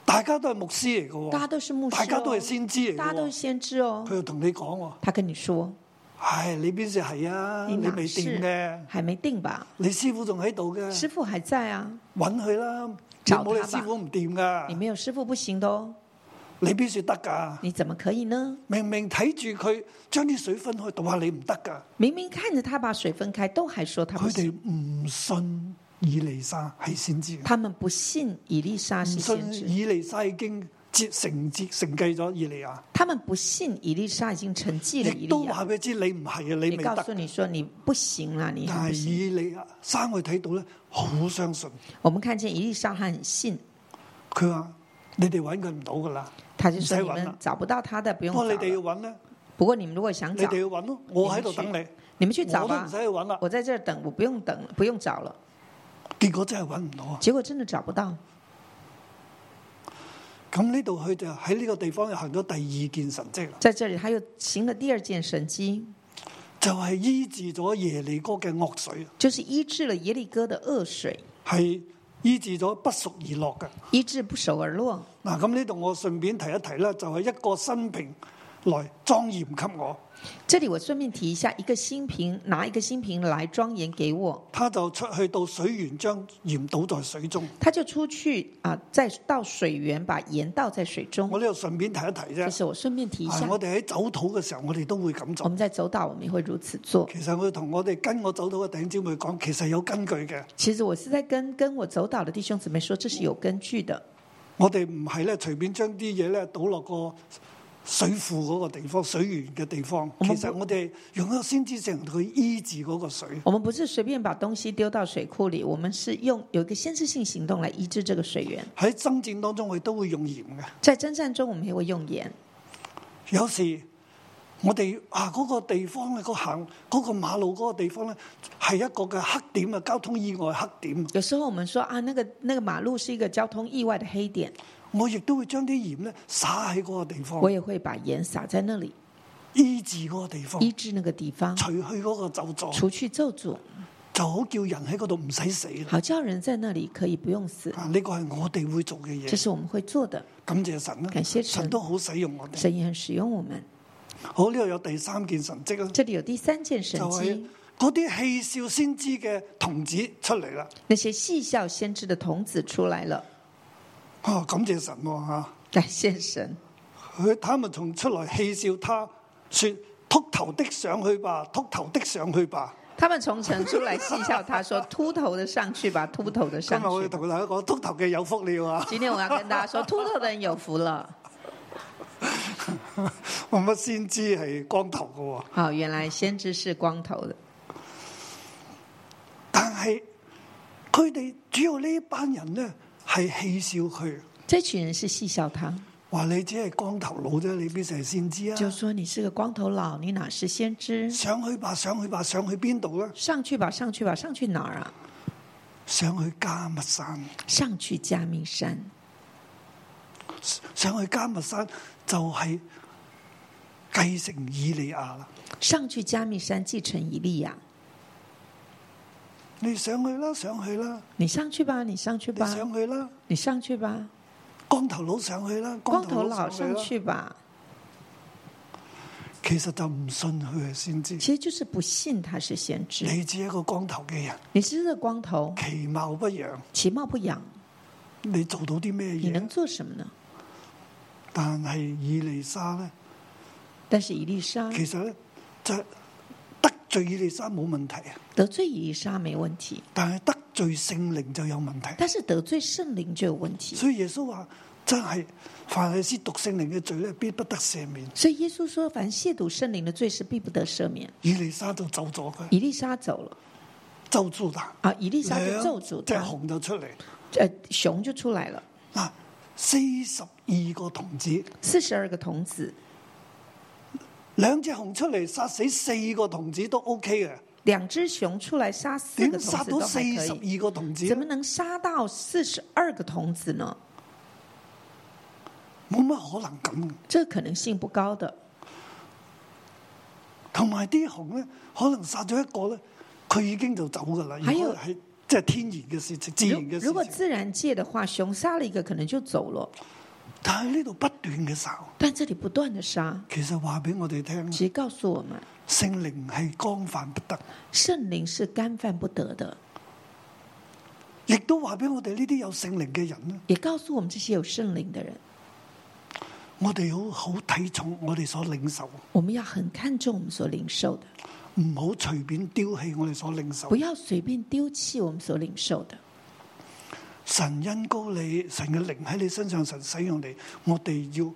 Speaker 2: 大家都係牧師嚟嘅
Speaker 3: 大家
Speaker 2: 喎，
Speaker 3: 都是牧师、哦，
Speaker 2: 大家都係先知嚟
Speaker 3: 大家都
Speaker 2: 嘅喎，
Speaker 3: 是先知哦
Speaker 2: 佢。又同你講喎，
Speaker 3: 他跟你说，
Speaker 2: 唉，你邊時係啊？
Speaker 3: 你
Speaker 2: 你
Speaker 3: 哪
Speaker 2: 未掂嘅
Speaker 3: 是，还没定吧？
Speaker 2: 你師傅仲喺度嘅，
Speaker 3: 师傅還在啊，
Speaker 2: 揾佢啦。你
Speaker 3: 找
Speaker 2: 冇你
Speaker 3: 他吧
Speaker 2: 師傅唔掂噶
Speaker 3: 你，没有师傅不行的哦，
Speaker 2: 你邊時得㗎？
Speaker 3: 你怎麼可以呢？
Speaker 2: 明明睇住佢將啲水分開，就話你唔得㗎。
Speaker 3: 明明看着他把水分開，都還說他不
Speaker 2: 佢
Speaker 3: 行。
Speaker 2: 哋唔信以利沙係先知嘅，
Speaker 3: 他們不信以利沙
Speaker 2: 唔
Speaker 3: 是
Speaker 2: 信
Speaker 3: 先知，
Speaker 2: 以利沙已經接承接承繼咗以利亞，
Speaker 3: 他們不信以利沙已經承繼了以
Speaker 2: 亦
Speaker 3: 利
Speaker 2: 哎都
Speaker 3: 亞，
Speaker 2: 話俾佢知你唔係啊，你
Speaker 3: 也
Speaker 2: 未
Speaker 3: 告訴
Speaker 2: 得。哎
Speaker 3: 你說你不行啦，你還
Speaker 2: 但
Speaker 3: 不
Speaker 2: 係
Speaker 3: 行。
Speaker 2: 以利亞生佢睇到咧，好相信。
Speaker 3: 我們看見以利沙他很信，
Speaker 2: 佢話：你哋揾佢唔到㗎啦，
Speaker 3: 他就說
Speaker 2: 唔使
Speaker 3: 你
Speaker 2: 揾
Speaker 3: 們
Speaker 2: 啦
Speaker 3: 找不到他的，不
Speaker 2: 不
Speaker 3: 用找
Speaker 2: 過你哋要
Speaker 3: 了。
Speaker 2: 揾咧，
Speaker 3: 不過你們如果想
Speaker 2: 你
Speaker 3: 找，
Speaker 2: 哋要揾咯，我喺度等你。
Speaker 3: 你們去找啊
Speaker 2: 我都唔
Speaker 3: 吧
Speaker 2: 使。去揾啦，
Speaker 3: 我在這兒等，我不用等了，不用找了。
Speaker 2: 結果真係揾唔到啊！
Speaker 3: 結果真的找不到。
Speaker 2: 咁呢度佢就喺呢個地方又行咗第二件神蹟啦，
Speaker 3: 在這裡他又行了第二件神蹟，
Speaker 2: 就係、醫治咗耶利哥嘅惡水，啊
Speaker 3: 就是醫治了耶利哥的惡水，
Speaker 2: 係醫治咗不熟而落嘅。
Speaker 3: 醫治不熟而落。
Speaker 2: 嗱，咁呢度我順便提一提啦，就係、一個新瓶來裝鹽給我，
Speaker 3: 這裡我順便提一下，一個新瓶拿一個新瓶來裝鹽給我，
Speaker 2: 他就出去到水源將鹽倒在水中。
Speaker 3: 他就出去啊，再到水源把鹽倒在水中
Speaker 2: 我。呢度順便提一提
Speaker 3: 這
Speaker 2: 啫。
Speaker 3: 是我順便提一
Speaker 2: 啊
Speaker 3: 下
Speaker 2: 我，哋喺走土嘅時候，我哋都會咁
Speaker 3: 我
Speaker 2: 做。
Speaker 3: 們在走道我們也會如此做。
Speaker 2: 其實我同我哋跟我走土嘅弟兄姊妹講，其實有根據嘅。
Speaker 3: 其實我是在跟跟我走道的弟兄姊妹說，這是有根據的。
Speaker 2: 我哋唔係咧隨便將啲嘢咧倒落個水庫嗰個地方、水源嘅地方。
Speaker 3: 我
Speaker 2: 其
Speaker 3: 冇
Speaker 2: 實我哋用一個先知性去醫治嗰個水。
Speaker 3: 我們不是隨便把東西丟到水庫裡，我們是用有一个先知性行動來醫治這個水源。
Speaker 2: 喺爭戰當中，我哋都會用鹽嘅。
Speaker 3: 在征戰中，我們也會用鹽。
Speaker 2: 有時我哋啊嗰、個地方咧，個行嗰、個馬路嗰個地方咧，係一個嘅黑點啊，交通意外黑點。
Speaker 3: 有時候我們說啊，那個那個馬路是一個交通意外的黑點，
Speaker 2: 我亦都會將啲鹽咧灑喺嗰個地
Speaker 3: 我
Speaker 2: 方，
Speaker 3: 也會把鹽撒在那裡，
Speaker 2: 醫治嗰個地方，
Speaker 3: 醫治那個地方，
Speaker 2: 除去嗰個咒詛，
Speaker 3: 除去咒詛，
Speaker 2: 就好叫人喺嗰度唔使死啦。
Speaker 3: 好叫人在那裡可以不用死。
Speaker 2: 啊！呢個係我哋會做嘅
Speaker 3: 這
Speaker 2: 嘢，
Speaker 3: 嗯是我們會做的，
Speaker 2: 感謝神啦！
Speaker 3: 感謝神
Speaker 2: 神都好使用我哋。
Speaker 3: 神也很使用我們。
Speaker 2: 好，呢度有第三件神蹟啦，
Speaker 3: 這裡有第三件神
Speaker 2: 就係
Speaker 3: 蹟，
Speaker 2: 嗰啲戲笑先知嘅童子出嚟啦。
Speaker 3: 那些戲笑先知的童子出來了，
Speaker 2: 啊，感謝神喎、啊
Speaker 3: 感謝神。
Speaker 2: 佢他們從出來戲笑他，說：禿頭的上去吧，禿頭的上去吧。
Speaker 3: 他們從城出來戲笑他說：“秃头的上去吧，秃头的
Speaker 2: 今
Speaker 3: 上
Speaker 2: 日我要
Speaker 3: 去吧。
Speaker 2: 同大家講，禿頭嘅有福了啊！
Speaker 3: 今天我要跟大家说，秃头的人有福了。
Speaker 2: 我乜先知係光頭嘅喎、
Speaker 3: 好，原来先知是光头的，
Speaker 2: 但係佢哋主要呢班人呢，係戲笑佢，
Speaker 3: 这群人是戏笑他，
Speaker 2: 話你只係光頭佬啫，你邊成係先知啊？
Speaker 3: 就说你是个光头佬，你哪是先知？
Speaker 2: 上去吧，上去吧，上去邊度啊咧？
Speaker 3: 上去吧，上去吧，上去哪儿啊？
Speaker 2: 上去加密山，
Speaker 3: 上去加密山。
Speaker 2: 上去加密山就係繼承以利亞啦。
Speaker 3: 上去加密山继承以利亚，
Speaker 2: 你上去啦，上去啦，
Speaker 3: 你上去吧，你上去
Speaker 2: 你
Speaker 3: 吧，
Speaker 2: 上去啦。
Speaker 3: 你上去吧，
Speaker 2: 光頭佬上去啦，
Speaker 3: 光
Speaker 2: 頭
Speaker 3: 头
Speaker 2: 佬
Speaker 3: 佬
Speaker 2: 上
Speaker 3: 上
Speaker 2: 去啦。
Speaker 3: 去吧。
Speaker 2: 其實就唔信佢係先知，
Speaker 3: 其实就是不信他是先知，
Speaker 2: 你只係一個光頭嘅人，
Speaker 3: 你是这个光头，
Speaker 2: 其貌不揚，
Speaker 3: 其貌不揚，
Speaker 2: 你做到啲咩
Speaker 3: 你能
Speaker 2: 嘢？
Speaker 3: 做什么呢？
Speaker 2: 但係以利沙咧，
Speaker 3: 但是以利沙
Speaker 2: 其實咧就係得罪以利沙冇問題啊，
Speaker 3: 得罪以利沙没问题，
Speaker 2: 但係得罪聖靈就有問題。
Speaker 3: 但是得罪圣灵就有问题。
Speaker 2: 所以耶穌話：真係凡係褻瀆聖靈嘅罪咧，必不得赦免。
Speaker 3: 所以耶稣说，凡亵渎圣灵的罪是必不得赦免。
Speaker 2: 以利沙就走咗佢，
Speaker 3: 以利沙走了
Speaker 2: 咒住他，
Speaker 3: 啊，以利沙就咒诅
Speaker 2: 即係
Speaker 3: 他，
Speaker 2: 紅就出嚟
Speaker 3: 呃，熊就出来了，
Speaker 2: 嗱，四十二個童子。
Speaker 3: 四十二个童子，
Speaker 2: 兩隻熊出嚟殺死四個童子都 OK 嘅，
Speaker 3: 两只熊出来杀四个
Speaker 2: 點
Speaker 3: 童
Speaker 2: 殺
Speaker 3: 子
Speaker 2: 到
Speaker 3: 都
Speaker 2: 四
Speaker 3: 还可
Speaker 2: 十
Speaker 3: 以，
Speaker 2: 二個童子
Speaker 3: 怎
Speaker 2: 呢
Speaker 3: 么？能杀到四十二个童子呢？
Speaker 2: 冇乜可能咁。
Speaker 3: 这可能性不高的。
Speaker 2: 同埋啲熊咧，可能殺咗一個咧，佢已經就走噶啦。
Speaker 3: 還
Speaker 2: 如
Speaker 3: 有
Speaker 2: 果係即係天然嘅事情，自然嘅
Speaker 3: 啊如如果
Speaker 2: 事情。
Speaker 3: 自然界的话，熊杀了一个可能就走了，
Speaker 2: 但係呢度不斷嘅殺，
Speaker 3: 但这里不断的杀，
Speaker 2: 其實話俾我哋聽，啊
Speaker 3: 其实告诉我们，
Speaker 2: 聖靈係干犯不得，
Speaker 3: 圣灵是干犯不得的，
Speaker 2: 亦都話俾我哋呢啲有聖靈嘅人咧，啊
Speaker 3: 也告诉我们这些有圣灵的人，
Speaker 2: 我哋好好睇重我哋所領受，
Speaker 3: 我们要很看重我们所领受的，
Speaker 2: 唔好隨便丟棄我哋所領受
Speaker 3: 不。要随便丢弃我们所领受的。
Speaker 2: 神恩高你，神嘅靈喺你身上，神使用你，我哋要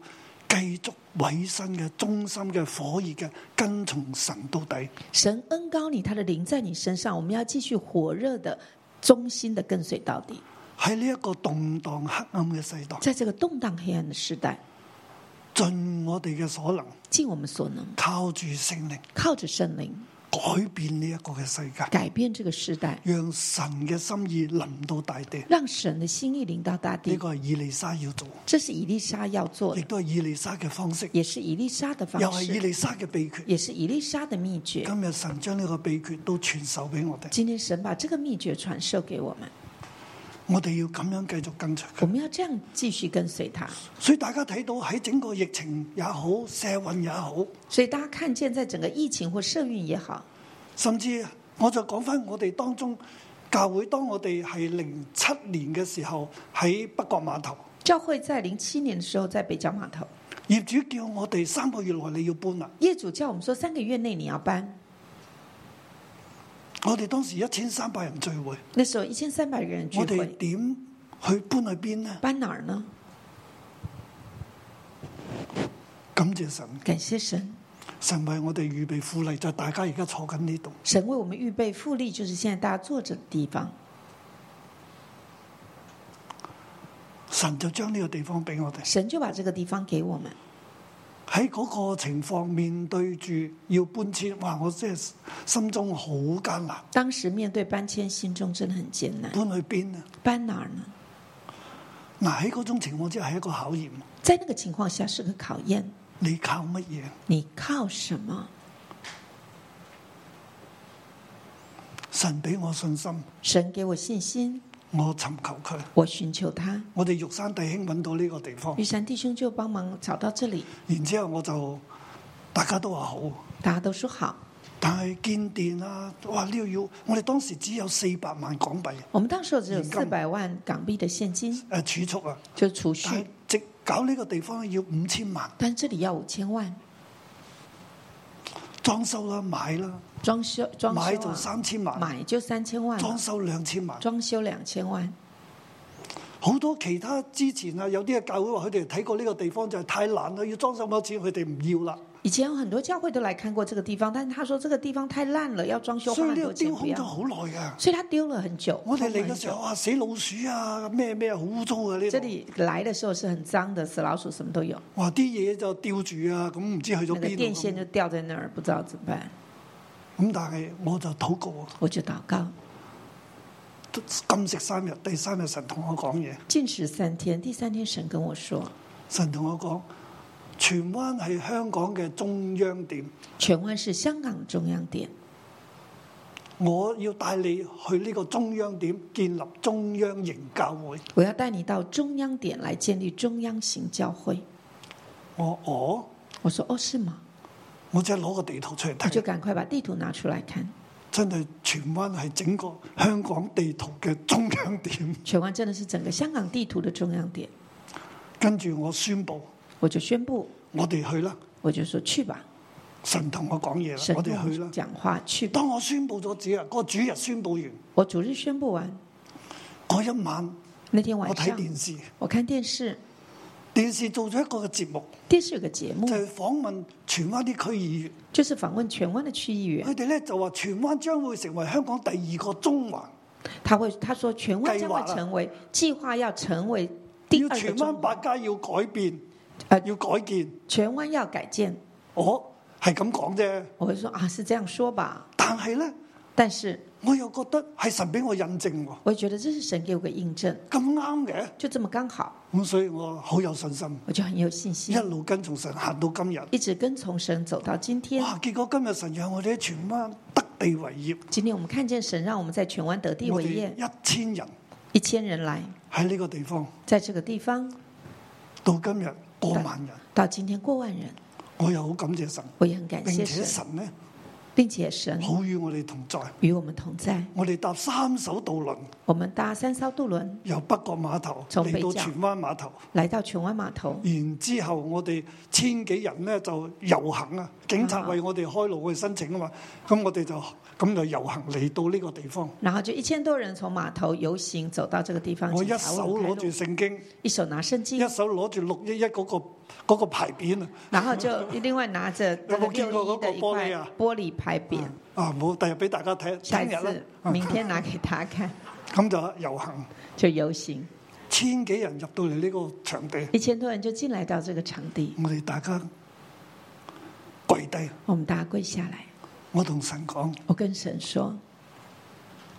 Speaker 2: 繼續委身嘅、忠心嘅、火熱嘅跟從神到底。
Speaker 3: 神恩高你，他的灵在你身上，我们要继续火热的、忠心的跟随到底。
Speaker 2: 喺呢一個動盪黑暗嘅世代，
Speaker 3: 在这个动荡黑暗的时代，
Speaker 2: 盡我哋嘅所能，
Speaker 3: 尽我们所能，
Speaker 2: 靠住聖靈
Speaker 3: 靠着圣灵
Speaker 2: 改變呢一個嘅世界，
Speaker 3: 改变这个时代，
Speaker 2: 讓神嘅心意臨到大地。
Speaker 3: 让神的心意临到大
Speaker 2: 呢
Speaker 3: 地。
Speaker 2: 個係以利沙要做，
Speaker 3: 这是以利沙要做
Speaker 2: 亦
Speaker 3: 的，
Speaker 2: 都係以利沙嘅方式，
Speaker 3: 也是以利沙的方
Speaker 2: 又係以
Speaker 3: 式，
Speaker 2: 利沙嘅秘訣。
Speaker 3: 也是以利沙的秘诀。
Speaker 2: 今日神將呢個秘訣都傳授俾我哋，
Speaker 3: 今天神把这个秘诀传授给我们，
Speaker 2: 我哋要咁樣繼續跟隨佢
Speaker 3: 我。们要这样继续跟随他。
Speaker 2: 所以大家睇到喺整個疫情也好，社運也好，
Speaker 3: 所以大家看见，在整个疫情或社运也好，
Speaker 2: 甚至我就講翻我哋當中教會，當我哋係零七年嘅時候喺北角碼頭，
Speaker 3: 教会在零七年的时候在北角码头，
Speaker 2: 業主叫我哋三個月內你要搬啦。啊
Speaker 3: 业主叫我们说三个月内你要搬。
Speaker 2: 我哋當時一千三百人聚會，
Speaker 3: 那时候一千三百人聚
Speaker 2: 我哋
Speaker 3: 会，
Speaker 2: 點去搬去邊呢？
Speaker 3: 搬哪儿呢？
Speaker 2: 感謝神，
Speaker 3: 感谢神，
Speaker 2: 神為我哋預備富麗，就係大家而家坐緊呢度。
Speaker 3: 神为我们预备复利，就是现在大家坐着的地方。
Speaker 2: 神就將呢個地方俾我哋。
Speaker 3: 神就把这个地方给我们。
Speaker 2: 喺嗰個情況面對住要搬遷，哇！我真係心中好艱難，
Speaker 3: 当时面对搬迁，心中真的很艰难。
Speaker 2: 搬去邊啊？
Speaker 3: 搬哪儿呢？
Speaker 2: 嗱喺嗰種情況之下係一個考驗，
Speaker 3: 在那个情况下是个考验，
Speaker 2: 你靠乜嘢？
Speaker 3: 你靠什么？
Speaker 2: 神俾我信心，
Speaker 3: 神给我信心，
Speaker 2: 我尋求佢。
Speaker 3: 我寻求他。
Speaker 2: 我哋玉山弟兄揾到呢個地方
Speaker 3: 玉，山弟兄就帮忙找到这里，
Speaker 2: 然之後我就大家都話好，
Speaker 3: 大家都说好。
Speaker 2: 但係建殿啊，哇！呢度要我哋當時只有四百萬港幣
Speaker 3: 我们当时只有
Speaker 2: 你
Speaker 3: 四
Speaker 2: 干嘛
Speaker 3: 百万港币的现金，
Speaker 2: 誒儲蓄啊，
Speaker 3: 就储
Speaker 2: 但係
Speaker 3: 蓄，
Speaker 2: 直搞呢個地方要五千萬，
Speaker 3: 但这里要五千万，
Speaker 2: 裝修啦、買啦，
Speaker 3: 装修装
Speaker 2: 買
Speaker 3: 修
Speaker 2: 就
Speaker 3: 啊，
Speaker 2: 三千萬，
Speaker 3: 买就三千万，
Speaker 2: 裝修兩千萬。
Speaker 3: 装修两千万。
Speaker 2: 好多其他之前啊，有啲嘅教會話佢哋睇過呢個地方就係太爛啦，要裝修咁多錢，佢哋唔要啦。
Speaker 3: 以前有很多教会都来看过这个地方，但是他说这个地方太烂了，要装修
Speaker 2: 所
Speaker 3: 花
Speaker 2: 以
Speaker 3: 很
Speaker 2: 呢
Speaker 3: 多
Speaker 2: 個
Speaker 3: 钱，
Speaker 2: 丟空咗
Speaker 3: 不要。
Speaker 2: 好耐噶。
Speaker 3: 所以他丢了很久。
Speaker 2: 我哋
Speaker 3: 空了
Speaker 2: 嚟嘅
Speaker 3: 很
Speaker 2: 時
Speaker 3: 久
Speaker 2: 候啊，死老鼠啊，咩咩好污糟啊呢
Speaker 3: 这
Speaker 2: 度。
Speaker 3: 里来的时候是很脏的，死老鼠什么都有，
Speaker 2: 哇！啲嘢就吊住啊，咁唔知去
Speaker 3: 那
Speaker 2: 咗
Speaker 3: 个电
Speaker 2: 邊
Speaker 3: 线
Speaker 2: 度
Speaker 3: 就掉在那儿，不知道怎么办。
Speaker 2: 咁。咁但係我就禱告啊，
Speaker 3: 我就祷告，
Speaker 2: 禁食三日，第三日神同我講嘢，
Speaker 3: 禁食三天，第三天神跟我说，
Speaker 2: 神同我講，荃灣係香港嘅中央點，
Speaker 3: 荃湾是香港中央点，
Speaker 2: 我要帶你去呢個中央點建立中央型教會。
Speaker 3: 我要带你到中央点来建立中央型教会。
Speaker 2: 我我
Speaker 3: 我说哦，是吗？
Speaker 2: 我即係攞個地圖出嚟
Speaker 3: 我
Speaker 2: 睇
Speaker 3: 就。赶快把地图拿出来看，
Speaker 2: 真係荃灣係整個香港地圖嘅中央點。
Speaker 3: 荃湾真的是整个香港地图的中央点。
Speaker 2: 跟住我宣布，
Speaker 3: 我就宣布，
Speaker 2: 我哋去啦。
Speaker 3: 我就说去吧，
Speaker 2: 神同我講嘢
Speaker 3: 神
Speaker 2: 啦，我
Speaker 3: 跟
Speaker 2: 哋去啦
Speaker 3: 我。讲话去吧。
Speaker 2: 當我宣布咗主日，嗰、個主日宣布完
Speaker 3: 我主日宣布完，
Speaker 2: 嗰一晚，
Speaker 3: 那天
Speaker 2: 我
Speaker 3: 晚
Speaker 2: 睇
Speaker 3: 上
Speaker 2: 電視，
Speaker 3: 我看電視，
Speaker 2: 電視做咗一個嘅節目，
Speaker 3: 电视有个节目
Speaker 2: 就。係、訪問荃灣啲區議員，
Speaker 3: 就是访問荃灣的區議員，
Speaker 2: 佢哋咧就話荃灣將會成為香港第二個中環，
Speaker 3: 他會他說荃灣將會成為計劃要成為第
Speaker 2: 要
Speaker 3: 二個
Speaker 2: 荃
Speaker 3: 中
Speaker 2: 灣百
Speaker 3: 環，
Speaker 2: 佳要改變，
Speaker 3: 呃
Speaker 2: 要改建。
Speaker 3: 荃灣要改建。
Speaker 2: 我係咁講啫，
Speaker 3: 我會說啊，是這樣說吧，
Speaker 2: 但係咧，
Speaker 3: 但是
Speaker 2: 我又覺得係神俾我印證喎，
Speaker 3: 我也覺得這是神給我個印證，
Speaker 2: 咁啱嘅。
Speaker 3: 就這麼剛好，
Speaker 2: 咁所以我好有信心，
Speaker 3: 我就很有信
Speaker 2: 一
Speaker 3: 心，
Speaker 2: 路跟從神行到今日。
Speaker 3: 一直跟從神走到今天。
Speaker 2: 哇！結果今日神讓我哋喺荃灣得地為業，
Speaker 3: 今天我們看見神讓我們在荃灣得地
Speaker 2: 我
Speaker 3: 為
Speaker 2: 哋
Speaker 3: 業，
Speaker 2: 一千人
Speaker 3: 一千人來，
Speaker 2: 喺呢個地方，
Speaker 3: 在這個地方
Speaker 2: 到今日過萬人，
Speaker 3: 到今天過萬人，
Speaker 2: 我又好感謝神。
Speaker 3: 我也很感
Speaker 2: 並
Speaker 3: 謝
Speaker 2: 且
Speaker 3: 神，
Speaker 2: 神呢
Speaker 3: 并且神
Speaker 2: 好與我哋同在。
Speaker 3: 与我们同在。
Speaker 2: 我哋搭三艘渡輪，
Speaker 3: 我们搭三艘渡轮
Speaker 2: 由北角碼頭
Speaker 3: 從北
Speaker 2: 嚟
Speaker 3: 角
Speaker 2: 到荃灣碼頭，
Speaker 3: 来到荃湾码头，
Speaker 2: 然之後我哋千幾人咧就遊行啊，警察
Speaker 3: 啊
Speaker 2: 為我哋開路去申請啊嘛，咁我哋就咁就遊行嚟到呢個地方。
Speaker 3: 然后就一千多人从码头游行走到这个地方。
Speaker 2: 我一
Speaker 3: 警察为
Speaker 2: 手
Speaker 3: 们
Speaker 2: 攞
Speaker 3: 开路
Speaker 2: 住聖經，
Speaker 3: 一手拿圣
Speaker 2: 一
Speaker 3: 经，
Speaker 2: 手攞住六一一嗰個嗰個牌匾啊！
Speaker 3: 然后就另外拿着
Speaker 2: 有
Speaker 3: 那个
Speaker 2: 冇見過
Speaker 3: 六一的
Speaker 2: 嗰個
Speaker 3: 一
Speaker 2: 玻
Speaker 3: 块
Speaker 2: 璃啊
Speaker 3: 玻璃牌匾，
Speaker 2: 啊，冇，第日俾大家睇，
Speaker 3: 下一
Speaker 2: 聽日啦啊
Speaker 3: 次，明天拿给他看，
Speaker 2: 咁就遊行，
Speaker 3: 就游行。
Speaker 2: 千幾人入到嚟呢個場地，
Speaker 3: 一千多人就进来到这个场地，
Speaker 2: 我哋大家跪低，
Speaker 3: 我们大家跪下来，
Speaker 2: 我同神講：
Speaker 3: 我跟神说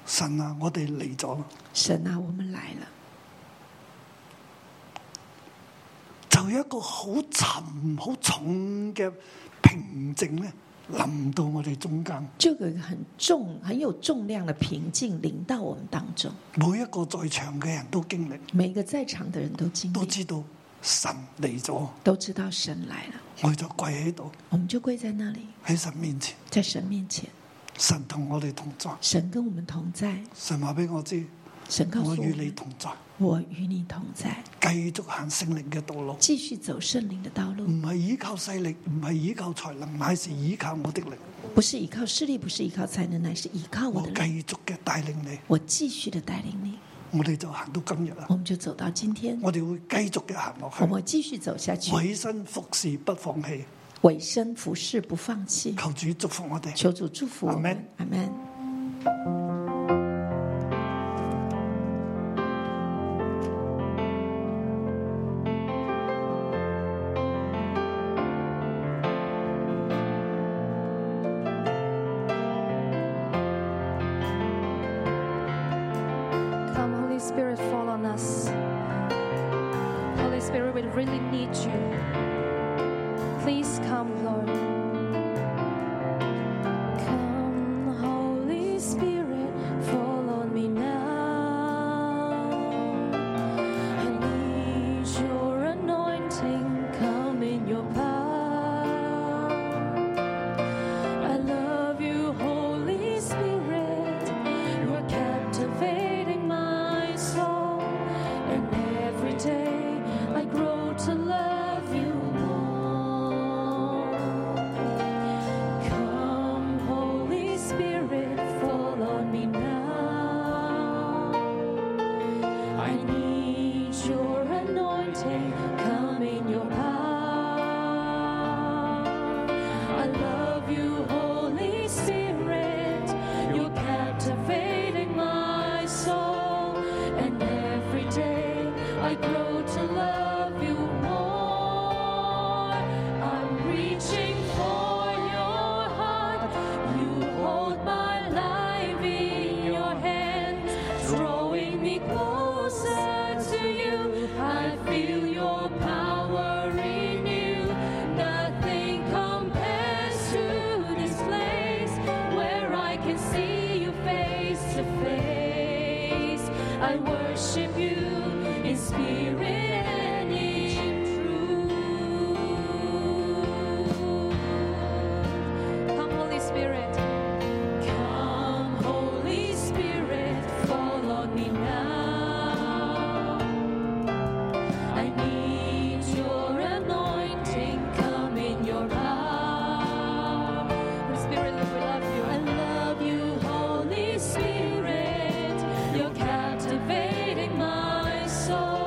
Speaker 2: 神啊，我哋嚟咗，：“
Speaker 3: 神啊，我们来了。
Speaker 2: 就有一個好沉、好重嘅平靜咧，臨到我哋中間。”
Speaker 3: 就有一个很重、很有重量的平静临到我们当中，
Speaker 2: 每一個在場嘅人都經歷，
Speaker 3: 每一个在场的人都经
Speaker 2: 都
Speaker 3: 历，
Speaker 2: 知道神嚟咗，
Speaker 3: 都知道神来了，
Speaker 2: 我哋就跪喺度
Speaker 3: 我们就跪在那里，
Speaker 2: 喺神面前，
Speaker 3: 在神面前，
Speaker 2: 神同我哋同在。
Speaker 3: 神跟我们同在，
Speaker 2: 神話俾我知，
Speaker 3: 神告诉
Speaker 2: 我
Speaker 3: 我
Speaker 2: 與你
Speaker 3: 们，
Speaker 2: 同在，
Speaker 3: 我与你同在，
Speaker 2: 繼續行聖靈嘅道路。
Speaker 3: 继续走圣灵的道路，
Speaker 2: 唔係依靠勢力，唔係依靠才能，乃是依靠我的力。
Speaker 3: 不是依靠势力，不是依靠才能，乃是依靠
Speaker 2: 我
Speaker 3: 我的力。
Speaker 2: 繼續嘅帶領你，
Speaker 3: 我继续的带领你，
Speaker 2: 我哋就行到今日啦。
Speaker 3: 我们就走到今天，
Speaker 2: 我哋會繼續嘅行落
Speaker 3: 我
Speaker 2: 去，
Speaker 3: 们继续走下去，
Speaker 2: 委身服侍不放棄。
Speaker 3: 委身服侍不放弃。
Speaker 2: 求主祝福我哋。
Speaker 3: 求主祝福我们，阿门。
Speaker 4: Come, Holy Spirit, fall on us. Holy Spirit, we really need you. Please come, Lord. Come, Holy Spirit, fall on me now. I need your anointing. Come in your power. I love you, Holy Spirit. You are captivating my soul. And every day I grow to love you more. Come, Holy Spirit, fall on me now. I need your anointing. Come in your power. I love you, Holy Spirit. You're captivating my soul. And every day I grow to love you more. I'm reaching for your heart. You hold my life in your hand, drawing me closer to you. I feel your power in you. Nothing compares to this place where I can see you face to face. I worship you in spirit and in truth. Come, Holy Spirit. Come, Holy Spirit, fall on me now. I need your anointing. Come in your power. Holy Spirit, Lord, we love you. I love you, Holy Spirit. You're captivating my soul.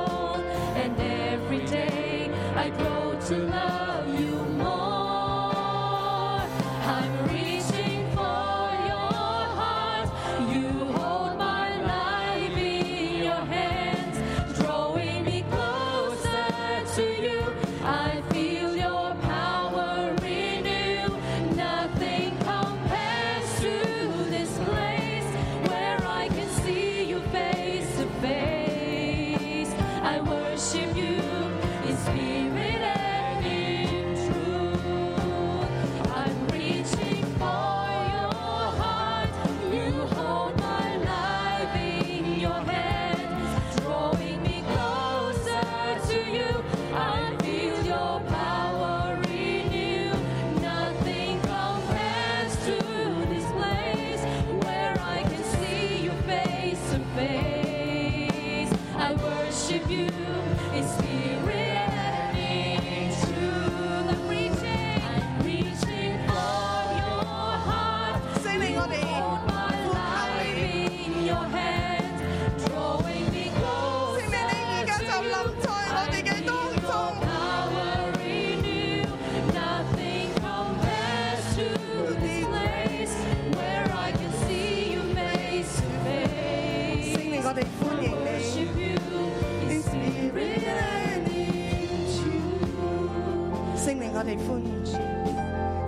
Speaker 4: drawing me closer.
Speaker 5: 聖靈你而家就臨在我哋嘅當中，
Speaker 4: Power renew, nothing compares to this place where I can see you face to
Speaker 5: 聖靈
Speaker 4: face.
Speaker 5: 我哋歡迎你，
Speaker 4: Worship you in spirit and in truth.
Speaker 5: 聖靈我哋歡迎你，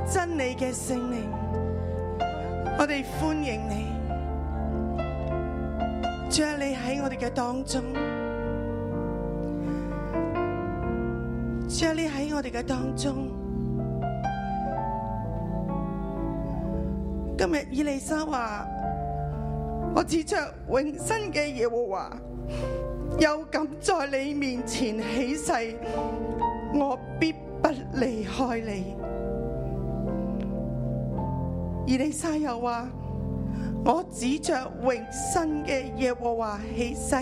Speaker 5: 真理嘅聖靈，我哋歡迎你，主啊你喺我哋嘅當中，主啊你喺我哋嘅當中。今日以利沙話：我指着永生嘅耶和華，又敢在你面前起誓，我必不離開你。以利沙又話：我指着永生嘅耶和華起誓，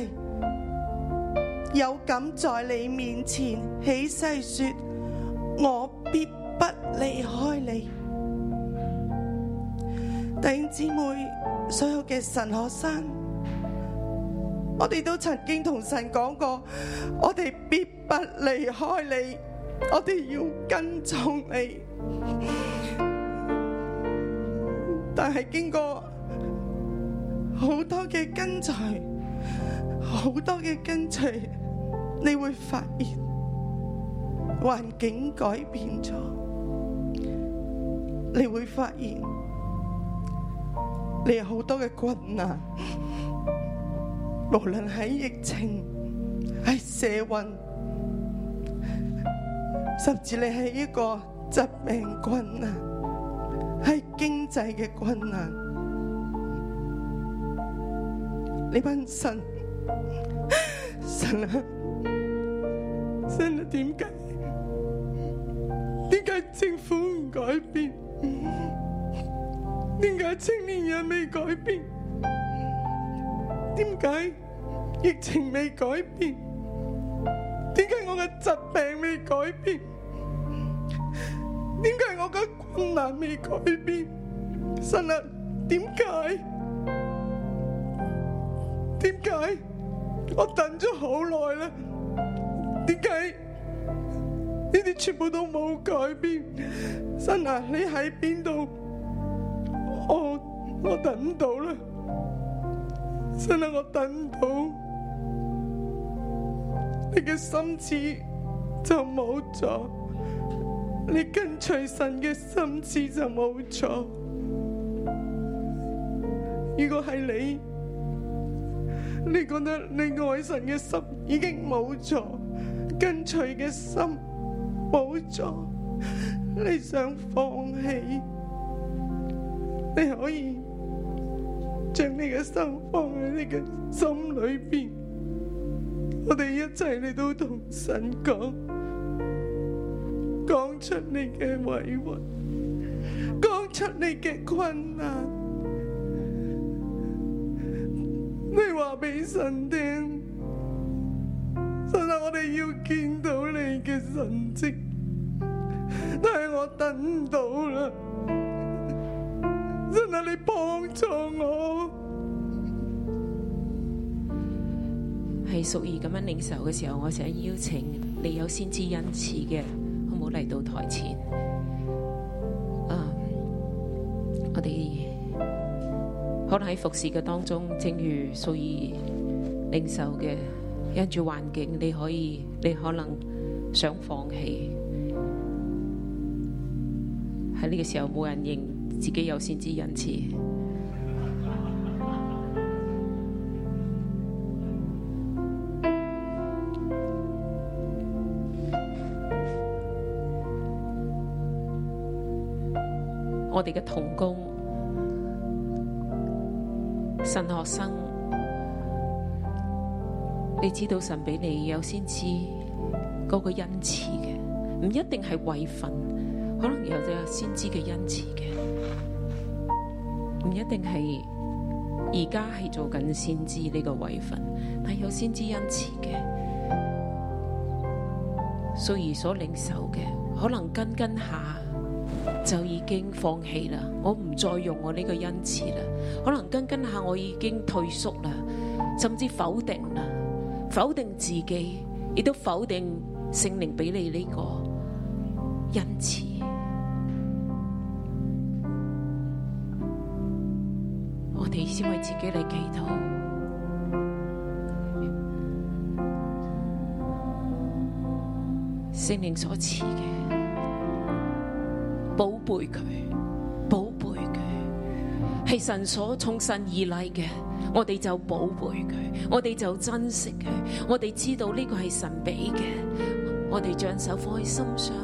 Speaker 5: 又敢在你面前起誓說，我必不離開你。弟兄姊妹，所有嘅神學生，我哋都曾經同神講過，我哋必不離開你，我哋要跟從你。但係經過好多嘅跟隨，好多嘅跟隨，你會發現環境改變咗，你會發現。你有好多嘅困難，無論喺疫情、喺社運，甚至你喺一個疾病困難，喺經濟嘅困難，你問神， 神啊，神啊，點解？點解政府唔改變？點解青年人未改變？點解疫情未改變？點解我嘅疾病未改變？點解我嘅困難未改變？神啊，點解？點解我等咗好耐啦？點解呢啲全部都冇改變？神啊，你喺邊度？我我等唔到啦，真係我等唔到，你嘅心志就冇咗，你跟隨神嘅心志就冇咗。如果係你，你覺得你愛神嘅心已經冇咗，跟隨嘅心冇咗，你想放棄？你可以將你嘅心放喺你嘅心裏邊，我哋一齊嚟到同神講，講出你嘅委屈，講出你嘅困難，你話俾神聽，神啊，我哋要見到你嘅神蹟，但係我等唔到啦。真係你幫助我，
Speaker 6: 係屬意咁樣領受嘅時候，我想邀請你有先知恩賜嘅，好唔好嚟到台前？啊，我哋可能喺服侍嘅當中，正如屬意領受嘅，因住環境，你可以，你可能想放棄。喺呢個時候，冇人認自己有先知恩賜。我哋嘅童工、神學生，你知道神俾你有先知嗰個恩賜嘅，唔一定係位份，可能有有先知嘅恩賜嘅，唔一定係而家係做緊先知呢個位份，但係有先知恩賜嘅，素兒所領受嘅，可能跟跟下。就已經放棄啦，我唔再用我呢個恩賜啦。可能跟跟下我已經退縮啦，甚至否定啊，否定自己，亦都否定聖靈俾你呢個恩賜。我哋先為自己嚟祈禱。聖靈所賜嘅，寶貝佢，寶貝佢，係神所從神而嚟嘅，我哋就寶貝佢，我哋就珍惜佢，我哋知道呢個係神俾嘅，我哋將手放喺心上，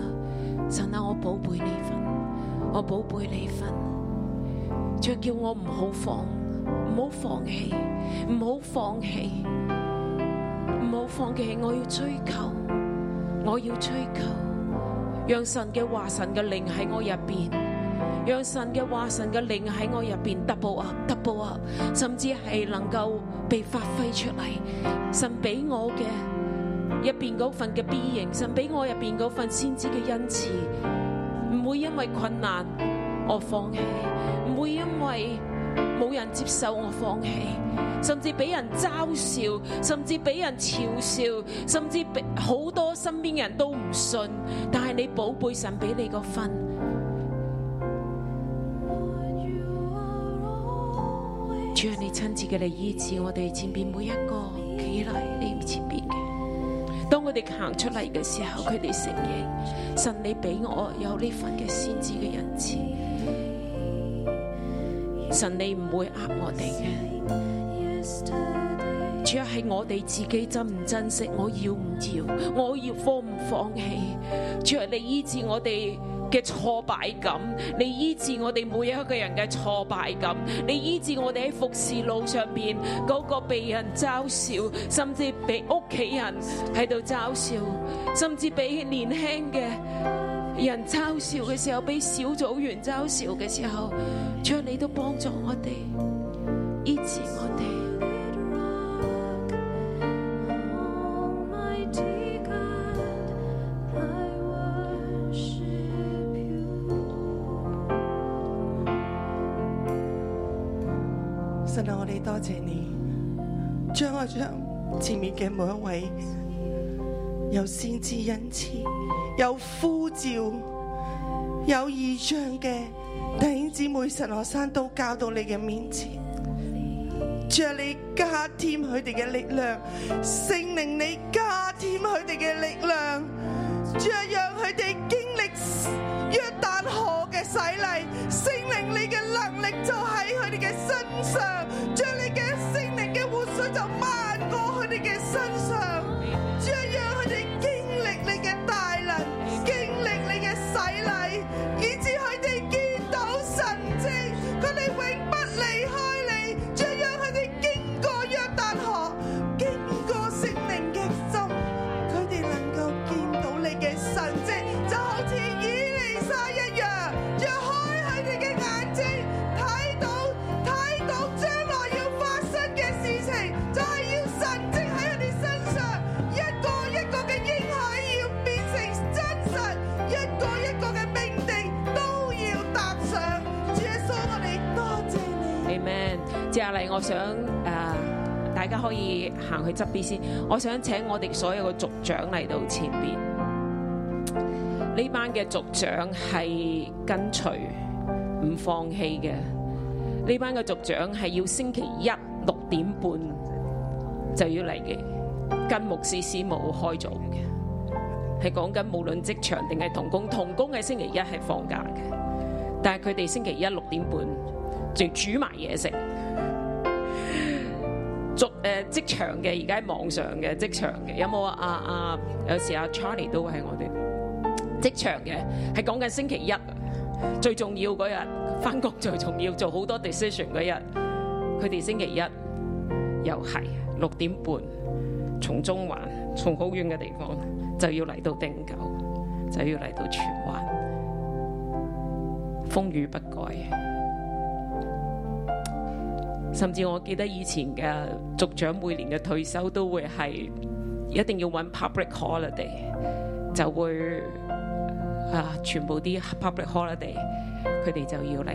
Speaker 6: 神啊，我寶貝你份，我寶貝你份，仲叫我唔好放，唔好放棄，唔好放棄，唔好放棄，我要追求。我要追求，讓神嘅話、神嘅靈喺我入邊，讓神嘅話、神嘅靈喺我入邊 double up，double up，甚至係能夠被發揮出嚟。神俾我嘅入邊嗰份嘅 B 型，神俾我入邊嗰份先知嘅恩賜，唔會因為困難我放棄，唔會因為冇人接受我放棄。甚至俾人嘲笑，甚至俾人嘲笑，甚至俾好多身邊嘅人都唔信。但係你寶貝神俾你個分，主啊，你親自嘅嚟醫治我哋前邊每一個企嚟你前邊嘅。當佢哋行出嚟嘅時候，佢哋承認神你俾我有呢份嘅先知嘅恩賜，神你唔會呃我哋嘅。主要係我哋自己珍唔珍惜，我要唔要，我要放唔放棄？主啊要你醫治我哋嘅挫敗感，你醫治我哋每一個人嘅挫敗感，你醫治我哋喺服侍路上邊嗰個被人嘲笑，甚至被屋企人喺度嘲笑，甚至俾年輕嘅人嘲笑嘅時候，俾小組員嘲笑嘅時候，主要啊你都幫助我哋。醫治我哋，
Speaker 5: 神啊，我哋多謝你，將我將前面嘅每一位有先知恩賜、有呼召、有異象嘅弟兄姊妹、神學生都交到你嘅面前。主啊，你加添佢哋嘅力量，聖靈你加添佢哋嘅力量，主啊，讓佢哋經歷約旦河嘅洗禮，聖靈你嘅能力就喺佢哋嘅身上，將你嘅聖靈嘅活水就漫過佢哋嘅身上，主啊，讓佢哋經歷你嘅大能，經歷你嘅洗禮，以致佢哋見到神跡，佢哋永不離開你，主啊，讓佢哋經過約旦河，經過聖靈嘅心。佢哋能夠見到你嘅神迹，就好似以利沙一樣，若開佢哋嘅眼睛，睇到睇到將來要發生嘅事情，就係要神迹喺佢哋身上，一個一個嘅應許要變成真實，一個一個嘅命定都要踏上。主耶穌，我哋多謝你。
Speaker 6: Amen。接下嚟，我想誒、呃大家可以行去側邊先。我想請我哋所有嘅族長嚟到前邊。呢班嘅族長係跟隨唔放棄嘅。呢班嘅族長係要星期一六點半就要嚟嘅，跟牧師師母開組嘅，係講緊無論職場定係童工，童工嘅星期一係放假嘅，但係佢哋星期一六點半就煮埋嘢食。族誒職場嘅而家喺網上嘅職場嘅有冇啊啊啊？有時阿 Charlie 都會係我哋職場嘅，係講緊星期一啊最重要嗰日，翻工最重要，做好多 decision 嗰日，佢哋星期一又係六點半，從中環從好遠嘅地方就要嚟到定九，就要嚟到荃灣，風雨不改。甚至我記得以前嘅族長每年嘅退休都會係一定要揾 public holiday，就會啊全部啲 public holiday 佢哋就要嚟，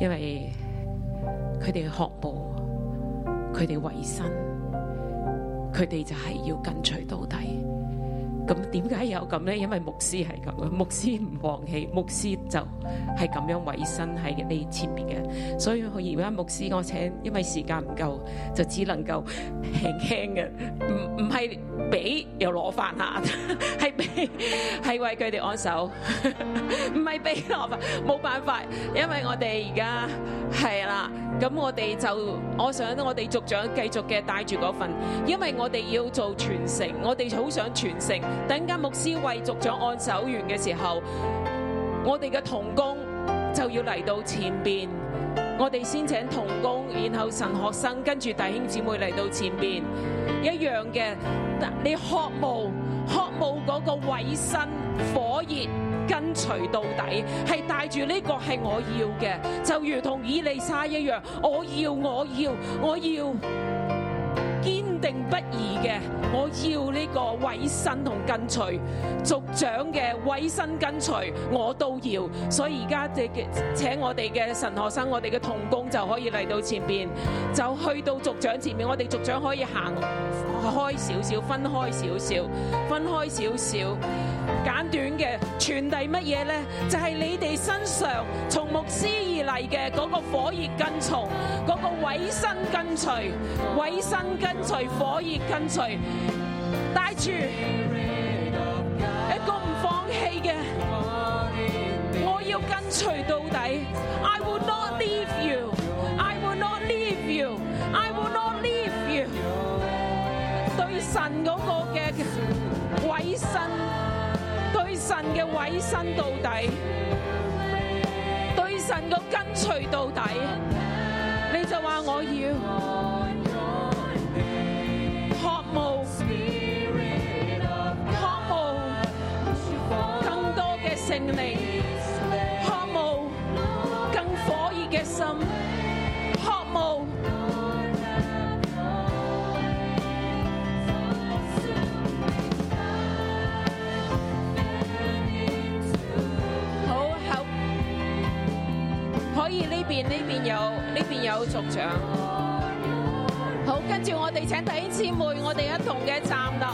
Speaker 6: 因為佢哋學務，佢哋為生，佢哋就係要跟隨到底。咁點解有咁呢？因為牧師係咁啊，牧師唔放棄，牧師就係咁樣委身喺你前面嘅。所以佢而家牧師我請，因為時間唔夠，就只能夠輕輕嘅，唔唔係俾又攞飯下， 係俾係為佢哋安守，唔 係俾攞飯，冇辦法，因為我哋而家係啦。咁我哋就，我想我哋族長繼續嘅帶住嗰份，因為我哋要做傳承，我哋好想傳承。等間牧師為族長按手完嘅時候，我哋嘅童工就要嚟到前邊，我哋先請童工，然後神學生，跟住弟兄姊妹嚟到前邊，一樣嘅。你渴慕，渴慕嗰個委身火熱。跟隨到底，係帶住呢個係我要嘅，就如同以利沙一樣，我要，我要，我要堅定不移嘅，我要呢個委身同跟隨族長嘅委身跟隨，我都要。所以而家嘅請我哋嘅神學生，我哋嘅童工就可以嚟到前邊，就去到族長前面，我哋族長可以行開少少，分開少少，分開少少。簡短嘅傳遞乜嘢呢？就係、你哋身上從牧師而嚟嘅嗰個火熱跟從，嗰、個委身跟隨，委身跟隨，火熱跟隨，帶住一個唔放棄嘅，我要跟隨到底。I will not leave you. I will not leave you. I will not leave you. 對神嗰個嘅委身。對神嘅委身到底，對神嘅跟隨到底，你就話我要渴慕，渴慕更多嘅聖靈，渴慕更火熱嘅心，渴慕。好後可以呢邊呢邊有呢邊有族長。好，跟住我哋請弟兄姊妹，我哋一同嘅站立，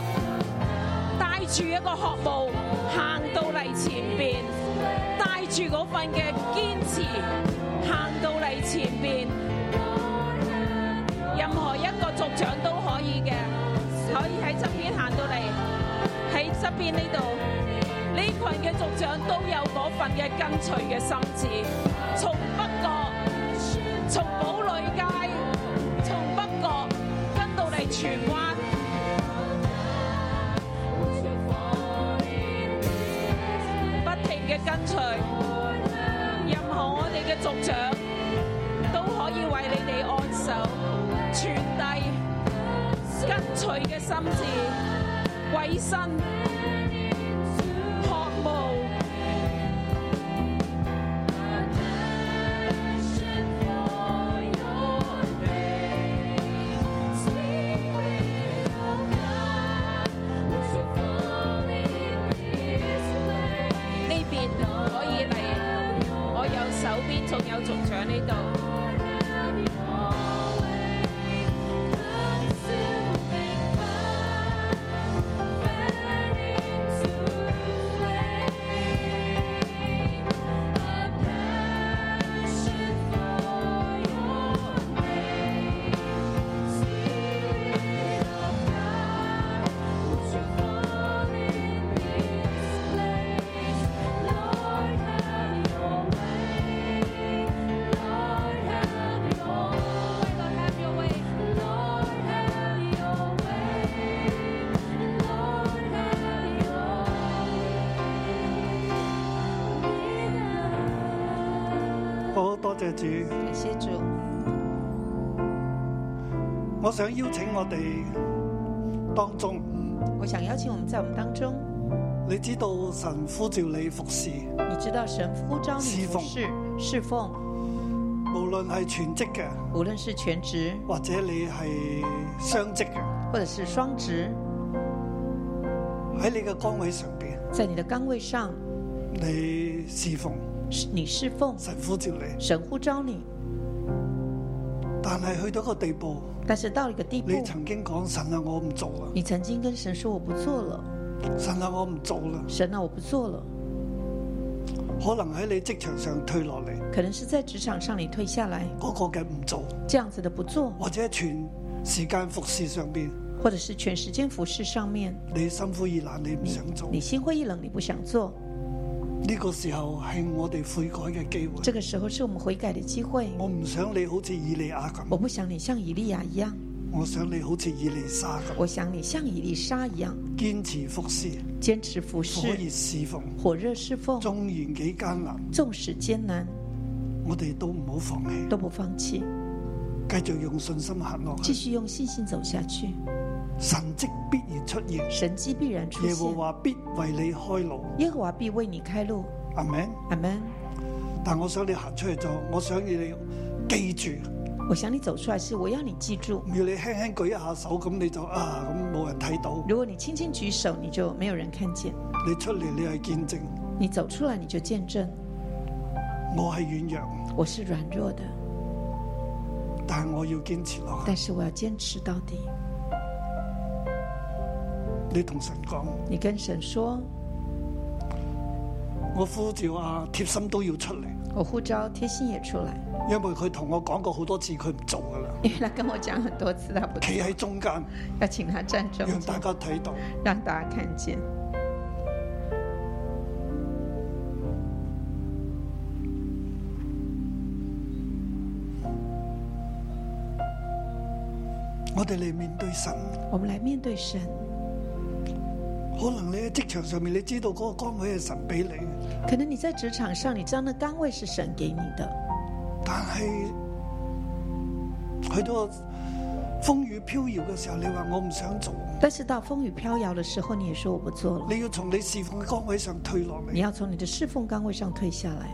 Speaker 6: 帶住一個渴慕行到嚟前邊，帶住嗰份嘅堅持行到嚟前邊。任何一個族長都可以嘅，可以喺側邊行到嚟，喺側邊呢度。呢群嘅族長都有嗰份嘅跟隨嘅心志，從北角，從堡壘街，從北角跟到嚟荃灣。不停嘅跟隨，任何我哋嘅族長都可以為你哋按手，傳遞跟隨嘅心志，委身。渴慕，呢邊可以嚟，我右手邊仲有族長呢度。
Speaker 2: 好多謝主。
Speaker 3: 感谢主，
Speaker 2: 我想邀請我哋當中，
Speaker 3: 我想邀请我们在我们当中，
Speaker 2: 你知道神呼召你服侍，
Speaker 3: 你知道神呼召你
Speaker 2: 侍
Speaker 3: 服
Speaker 2: 奉
Speaker 3: 侍侍奉，
Speaker 2: 無論係全職嘅，
Speaker 3: 无论是全职
Speaker 2: 或者你係雙職嘅，
Speaker 3: 或者是双职，
Speaker 2: 喺你嘅崗位上邊，
Speaker 3: 在你的岗位上，
Speaker 2: 你侍奉
Speaker 3: 是你侍奉
Speaker 2: 神呼召你，
Speaker 3: 神呼召你，
Speaker 2: 但係去到一個地步，
Speaker 3: 但是到了一个地步，
Speaker 2: 你曾經講神啊，我唔做啦，
Speaker 3: 你曾经跟神说我不做了，
Speaker 2: 神啊，我唔做啦。
Speaker 3: 神啊，我不做了。
Speaker 2: 可能喺你職場上退落嚟，
Speaker 3: 可能是在职场上你退下来，
Speaker 2: 嗰、個嘅唔做，
Speaker 3: 这样子的不做，
Speaker 2: 或者全時間服侍上邊，
Speaker 3: 或者是全时间服侍上面，
Speaker 2: 你心灰意冷，你唔想做。
Speaker 3: 你心灰意冷，你不想做，
Speaker 2: 呢個時候係我哋悔改嘅機會。
Speaker 3: 这个时候是我们悔改的机会。
Speaker 2: 我唔想你好似以利亞咁，
Speaker 3: 我不想你像以利亚一样，
Speaker 2: 我想你好似以利沙咁，
Speaker 3: 我想你像以利沙一样，
Speaker 2: 堅持服侍，
Speaker 3: 坚持服
Speaker 2: 火熱
Speaker 3: 侍，
Speaker 2: 侍奉，
Speaker 3: 火热侍奉，
Speaker 2: 縱然幾艱難，
Speaker 3: 纵使艰难
Speaker 2: 我哋都唔好放棄，
Speaker 3: 都不放弃，
Speaker 2: 繼續用信心行落
Speaker 3: 继
Speaker 2: 去，
Speaker 3: 续用信心走下去，
Speaker 2: 神蹟必然出現，
Speaker 3: 神迹必然出
Speaker 2: 耶和
Speaker 3: 现。
Speaker 2: 華必為你開路，
Speaker 3: 耶和华必为你开路，
Speaker 2: 阿明。
Speaker 3: 阿门。
Speaker 2: 但我想你行出去做，我想你記住，
Speaker 3: 我想你走出来是，我要你记住
Speaker 2: 唔，要你輕輕舉一下手咁你就啊咁冇人睇到，
Speaker 3: 如果你轻轻举手，你就没有人看见；
Speaker 2: 你出嚟你係見證，
Speaker 3: 你走出来，你就见证
Speaker 2: 我係軟弱，
Speaker 3: 我是软弱的，
Speaker 2: 但係我要堅持落去。
Speaker 3: 但是我要坚持到底。
Speaker 2: 你同神講，
Speaker 3: 你跟神说，
Speaker 2: 我呼召啊貼心都要出嚟，
Speaker 3: 我呼召贴心也出来，
Speaker 2: 因為佢同我講過好多次，佢唔做噶啦，
Speaker 3: 因为他跟我讲很多次，他不
Speaker 2: 企喺中間，
Speaker 3: 要请他站中
Speaker 2: 讓大
Speaker 3: 间，
Speaker 2: 家睇到。
Speaker 3: 让大家看见。
Speaker 2: 我哋嚟面對神，
Speaker 3: 我们来面对神，
Speaker 2: 可能你喺職場上面，你知道嗰個崗位係神俾你，
Speaker 3: 可能你在职场上，你知道那岗位是神给你的，
Speaker 2: 但係去到風雨飄搖嘅時候，你話我唔想做。
Speaker 3: 但是到风雨飘摇的时候，你也说我不做了，
Speaker 2: 你要從你侍奉嘅崗位上退落
Speaker 3: 你
Speaker 2: 嚟，
Speaker 3: 要从你的侍奉岗位上退下来。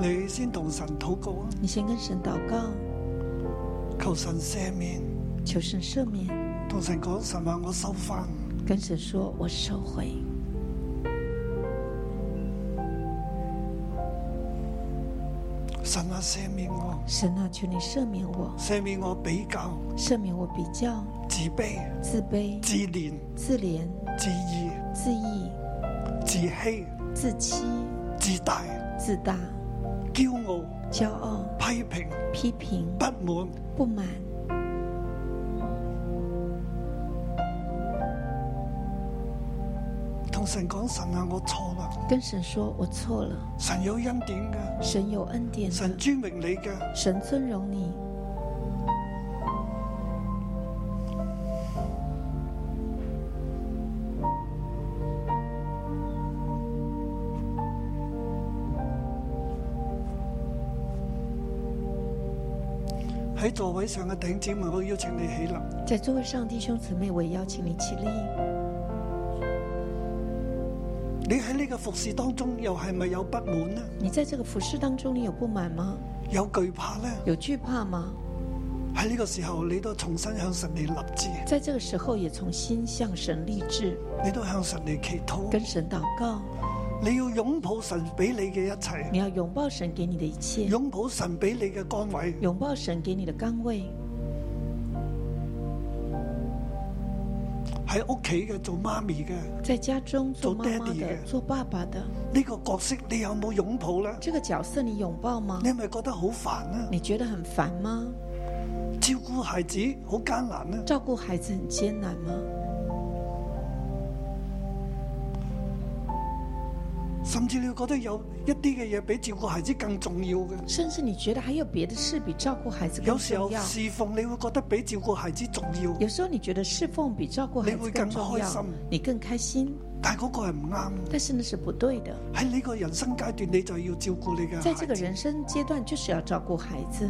Speaker 2: 你先同神禱告啊，
Speaker 3: 你先跟神祷告，
Speaker 2: 求神赦免，
Speaker 3: 求神赦免。
Speaker 2: 同神講神話我收翻，
Speaker 3: 跟神说：“我收回。
Speaker 2: 神啊赦免我，
Speaker 3: 神啊，求你赦免我，啊
Speaker 2: 赦免我比較、
Speaker 3: 赦免我比较、
Speaker 2: 自卑、
Speaker 3: 自卑、
Speaker 2: 自憐、
Speaker 3: 自怜、
Speaker 2: 自義、
Speaker 3: 自义、
Speaker 2: 自欺、
Speaker 3: 自欺、
Speaker 2: 自大、
Speaker 3: 自大、
Speaker 2: 驕傲、
Speaker 3: 骄傲、
Speaker 2: 批評、
Speaker 3: 批评、
Speaker 2: 不滿。
Speaker 3: 不满。
Speaker 2: 同神講神啊我錯啦，”
Speaker 3: 跟神说：“我错了。
Speaker 2: 神有恩典嘅，
Speaker 3: 神有恩典的，
Speaker 2: 神尊榮你嘅，
Speaker 3: 神尊荣你。
Speaker 2: 喺座位上嘅頂姊妹，我邀請你起立，”
Speaker 3: 在座位上，弟兄姊妹，我也邀请你起立。
Speaker 2: 你喺呢個服侍當中又係咪有不滿呢？
Speaker 3: 你在这个服饰当中，你有不满吗？
Speaker 2: 有懼怕呢？
Speaker 3: 有惧怕吗？
Speaker 2: 喺呢個時候，你都重新向神嚟立志，
Speaker 3: 在这个时候，也重新向神立志，
Speaker 2: 你都向神嚟祈
Speaker 3: 跟
Speaker 2: 禱，
Speaker 3: 神祷告。
Speaker 2: 你要擁抱神俾你嘅一切，
Speaker 3: 你要拥抱神给你的一切。
Speaker 2: 擁抱神俾你嘅崗位，
Speaker 3: 拥抱神给你的岗位，
Speaker 2: 喺屋企嘅做媽咪嘅呢、
Speaker 3: 在家中做妈妈
Speaker 2: 做爹地
Speaker 3: 的
Speaker 2: 的、
Speaker 3: 做爸爸的
Speaker 2: 個角色，你有冇擁抱呢？
Speaker 3: 这个角色，你拥抱吗
Speaker 2: 你？係咪覺得好煩呢？
Speaker 3: 你觉得很烦吗？
Speaker 2: 照顧孩子好艱難呢？
Speaker 3: 照顾孩子很艰难吗？
Speaker 2: 甚至你覺得有一啲嘅嘢比照顧孩子更重要嘅，
Speaker 3: 甚至你觉得还有别的事比照顾孩子更
Speaker 2: 有時
Speaker 3: 重
Speaker 2: 候
Speaker 3: 要？
Speaker 2: 侍奉你會覺得比照顧孩子重要，
Speaker 3: 有时候你觉得侍奉比照顾孩
Speaker 2: 你
Speaker 3: 子
Speaker 2: 会
Speaker 3: 更
Speaker 2: 更
Speaker 3: 重
Speaker 2: 开
Speaker 3: 要
Speaker 2: 心，
Speaker 3: 你更开心，
Speaker 2: 但係嗰個係唔啱。
Speaker 3: 但是那是不对的。
Speaker 2: 喺呢個人生階段，你就要照顧你嘅
Speaker 3: 在这
Speaker 2: 孩
Speaker 3: 个
Speaker 2: 子，
Speaker 3: 人生阶段，就是要照顾孩子，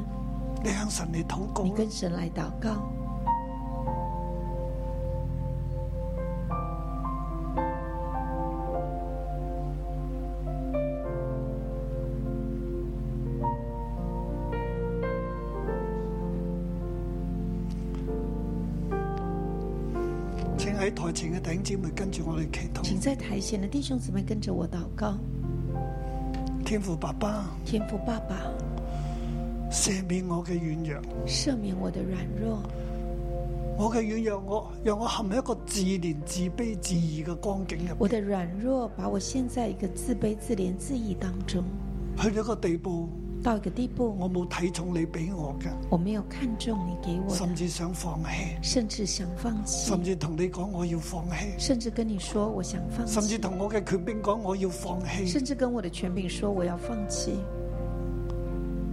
Speaker 2: 你向神嚟禱告啊
Speaker 3: 你
Speaker 2: 啦。
Speaker 3: 跟神来祷告。
Speaker 2: 喺台前嘅弟兄姊妹跟住我哋祈
Speaker 3: 请
Speaker 2: 禱。
Speaker 3: 在台前的弟兄姊妹跟着我祷告，
Speaker 2: 天父爸爸，
Speaker 3: 天父爸爸，
Speaker 2: 赦免我嘅軟弱，
Speaker 3: 赦免我的软弱，
Speaker 2: 我嘅軟弱，我讓我陷入一個自憐、自卑、自義嘅光景入
Speaker 3: 我
Speaker 2: 面，
Speaker 3: 的软弱把我陷在一个自卑、自怜、自义当中，
Speaker 2: 去到一個地步，
Speaker 3: 到一个地步，
Speaker 2: 我冇睇重你俾我嘅，
Speaker 3: 我没有看中你给我
Speaker 2: 甚
Speaker 3: 的，
Speaker 2: 至想放棄，
Speaker 3: 甚至想放弃，
Speaker 2: 甚至同你講我要放棄，
Speaker 3: 甚至跟你说我想放
Speaker 2: 甚至
Speaker 3: 弃，
Speaker 2: 同我嘅權柄講我要放棄。
Speaker 3: 甚至跟我的权柄说我要放弃。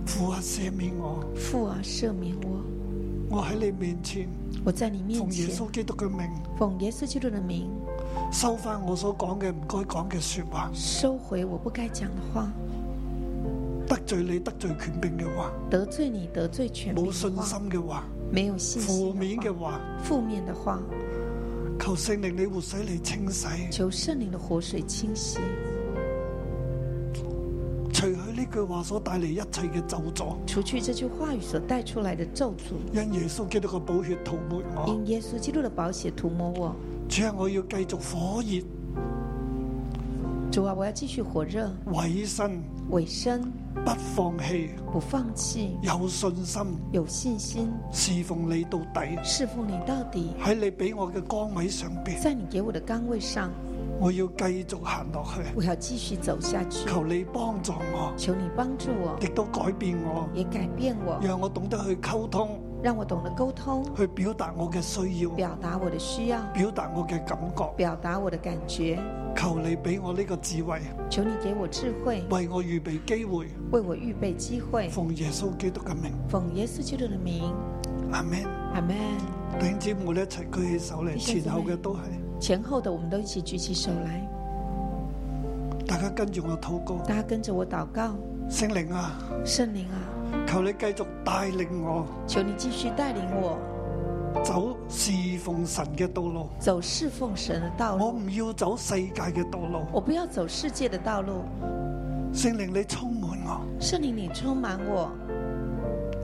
Speaker 2: 父啊，赦免我，
Speaker 3: 父啊，赦免我，
Speaker 2: 我喺你面前，
Speaker 3: 我在你面
Speaker 2: 奉耶
Speaker 3: 前，
Speaker 2: 穌基督嘅名，
Speaker 3: 奉耶稣基督的名，
Speaker 2: 收翻我所講嘅唔該講嘅说話，
Speaker 3: 收回我不该讲的话，
Speaker 2: 得罪你得罪權柄嘅話，
Speaker 3: 得罪你、得罪权柄
Speaker 2: 冇
Speaker 3: 的
Speaker 2: 信
Speaker 3: 话，
Speaker 2: 心嘅話，
Speaker 3: 没有信
Speaker 2: 負
Speaker 3: 心
Speaker 2: 面
Speaker 3: 的
Speaker 2: 嘅
Speaker 3: 话，
Speaker 2: 話。
Speaker 3: 负面的话。
Speaker 2: 求聖靈你活水嚟清洗，
Speaker 3: 求圣灵的活水清洗，
Speaker 2: 除去呢句話所帶嚟一切嘅咒詛，
Speaker 3: 除去这句话语所带出来的咒诅，
Speaker 2: 因耶穌基督嘅寶血塗抹我。
Speaker 3: 因耶稣基督的宝血涂抹我。
Speaker 2: 主啊，我要繼續火熱
Speaker 3: 主啊，我要继续火热、
Speaker 2: 委身，
Speaker 3: 委身，
Speaker 2: 不放棄，
Speaker 3: 不放弃，
Speaker 2: 有信心
Speaker 3: 有信心，
Speaker 2: 侍奉你到底。
Speaker 3: 侍奉你到底。
Speaker 2: 喺你俾我嘅崗位上邊，
Speaker 3: 在你给我的岗位上，
Speaker 2: 我要繼續行落去。
Speaker 3: 我要继续走下去。
Speaker 2: 求你幫助我，
Speaker 3: 求你帮助我，
Speaker 2: 亦都改變我，
Speaker 3: 也改變我，
Speaker 2: 讓我懂得去溝通，
Speaker 3: 让我懂得沟通，
Speaker 2: 去表達我嘅需要，
Speaker 3: 表达我的需要，
Speaker 2: 表達我嘅感覺。
Speaker 3: 表达我的感觉。
Speaker 2: 求你俾我呢個智慧，
Speaker 3: 求你给我智慧，
Speaker 2: 為我預備機會。
Speaker 3: 为我预备机会。
Speaker 2: 奉耶穌基督嘅名，
Speaker 3: 奉耶稣基督的名，
Speaker 2: 阿 Man，
Speaker 3: 阿门。
Speaker 2: 弟兄姊妹一齊舉起手嚟，
Speaker 3: 弟兄姊妹
Speaker 2: 前後嘅都係，
Speaker 3: 前后的，我们都一起举起手来，
Speaker 2: 大家跟住我禱告。
Speaker 3: 大家跟着我祷告。
Speaker 2: 聖靈啊，
Speaker 3: 圣灵啊，
Speaker 2: 求你繼續帶領我
Speaker 3: 求你继续带领我
Speaker 2: 走侍奉神嘅道路，
Speaker 3: 走侍奉神的道
Speaker 2: 我
Speaker 3: 路，
Speaker 2: 唔要走世界嘅道路。
Speaker 3: 我不要走世界的道路。
Speaker 2: 聖靈你充滿我，
Speaker 3: 圣灵，你充满我，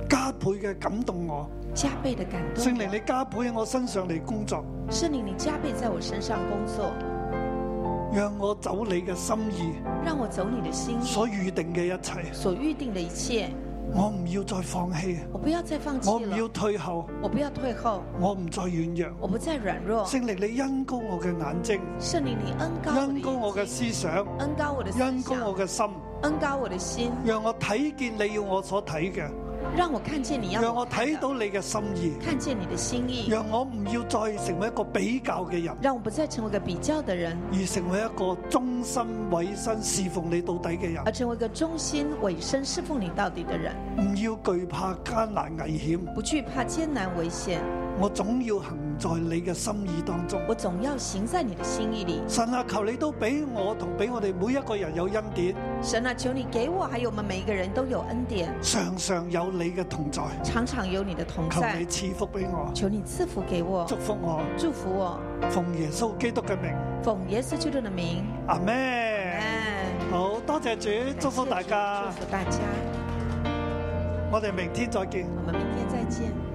Speaker 2: 加倍嘅感動我。
Speaker 3: 加倍的感动
Speaker 2: 聖靈
Speaker 3: 我。
Speaker 2: 你加倍喺我身上嚟工作，
Speaker 3: 圣灵，你加倍在我身上工作，
Speaker 2: 讓我走你嘅心意
Speaker 3: 让我走你的心意。
Speaker 2: 所預定嘅一切。
Speaker 3: 所预定的一切，
Speaker 2: 我唔要再放棄，
Speaker 3: 我不要再放弃
Speaker 2: 我唔要
Speaker 3: 了，
Speaker 2: 退後，
Speaker 3: 我不要退后，
Speaker 2: 我唔再軟弱。
Speaker 3: 我不再软弱。
Speaker 2: 聖靈你恩高我嘅眼睛。
Speaker 3: 圣灵，你恩高我的
Speaker 2: 因高我嘅
Speaker 3: 眼睛
Speaker 2: 思想，
Speaker 3: 恩高我的思想
Speaker 2: 因高我嘅心，
Speaker 3: 恩高我的心，
Speaker 2: 讓我睇見你要我所睇嘅，
Speaker 3: 让我看见你要
Speaker 2: 讓我
Speaker 3: 看
Speaker 2: 睇
Speaker 3: 的
Speaker 2: 到你嘅心意，
Speaker 3: 看见你的心意，
Speaker 2: 讓我唔要再成為一個比較嘅人，
Speaker 3: 让我不再成为个比较的人，
Speaker 2: 而成為一個忠心委身侍奉你到底嘅人
Speaker 3: 而。成为个忠心委身侍奉你到底的人。
Speaker 2: 唔要懼怕艱難危險，
Speaker 3: 不惧怕艰难危险，
Speaker 2: 我總要行在你嘅心意當中。
Speaker 3: 我总要行在你的心意里。
Speaker 2: 神啊，求你都俾我同俾我哋每一個人有恩典，
Speaker 3: 神啊，求你给我还有我们每一个人都有恩典，
Speaker 2: 常常有你嘅同在。
Speaker 3: 常常有你的同
Speaker 2: 求
Speaker 3: 在
Speaker 2: 你。賜福俾我，
Speaker 3: 求你赐福给我，
Speaker 2: 祝福我，
Speaker 3: 祝福我，
Speaker 2: 奉耶穌基督嘅名，
Speaker 3: 奉耶稣基督的名。
Speaker 2: 阿咩？
Speaker 3: 嗯，
Speaker 2: 好多謝主，祝福大家
Speaker 3: 祝，福大家，
Speaker 2: 我哋明天再見。
Speaker 3: 我们明天再见。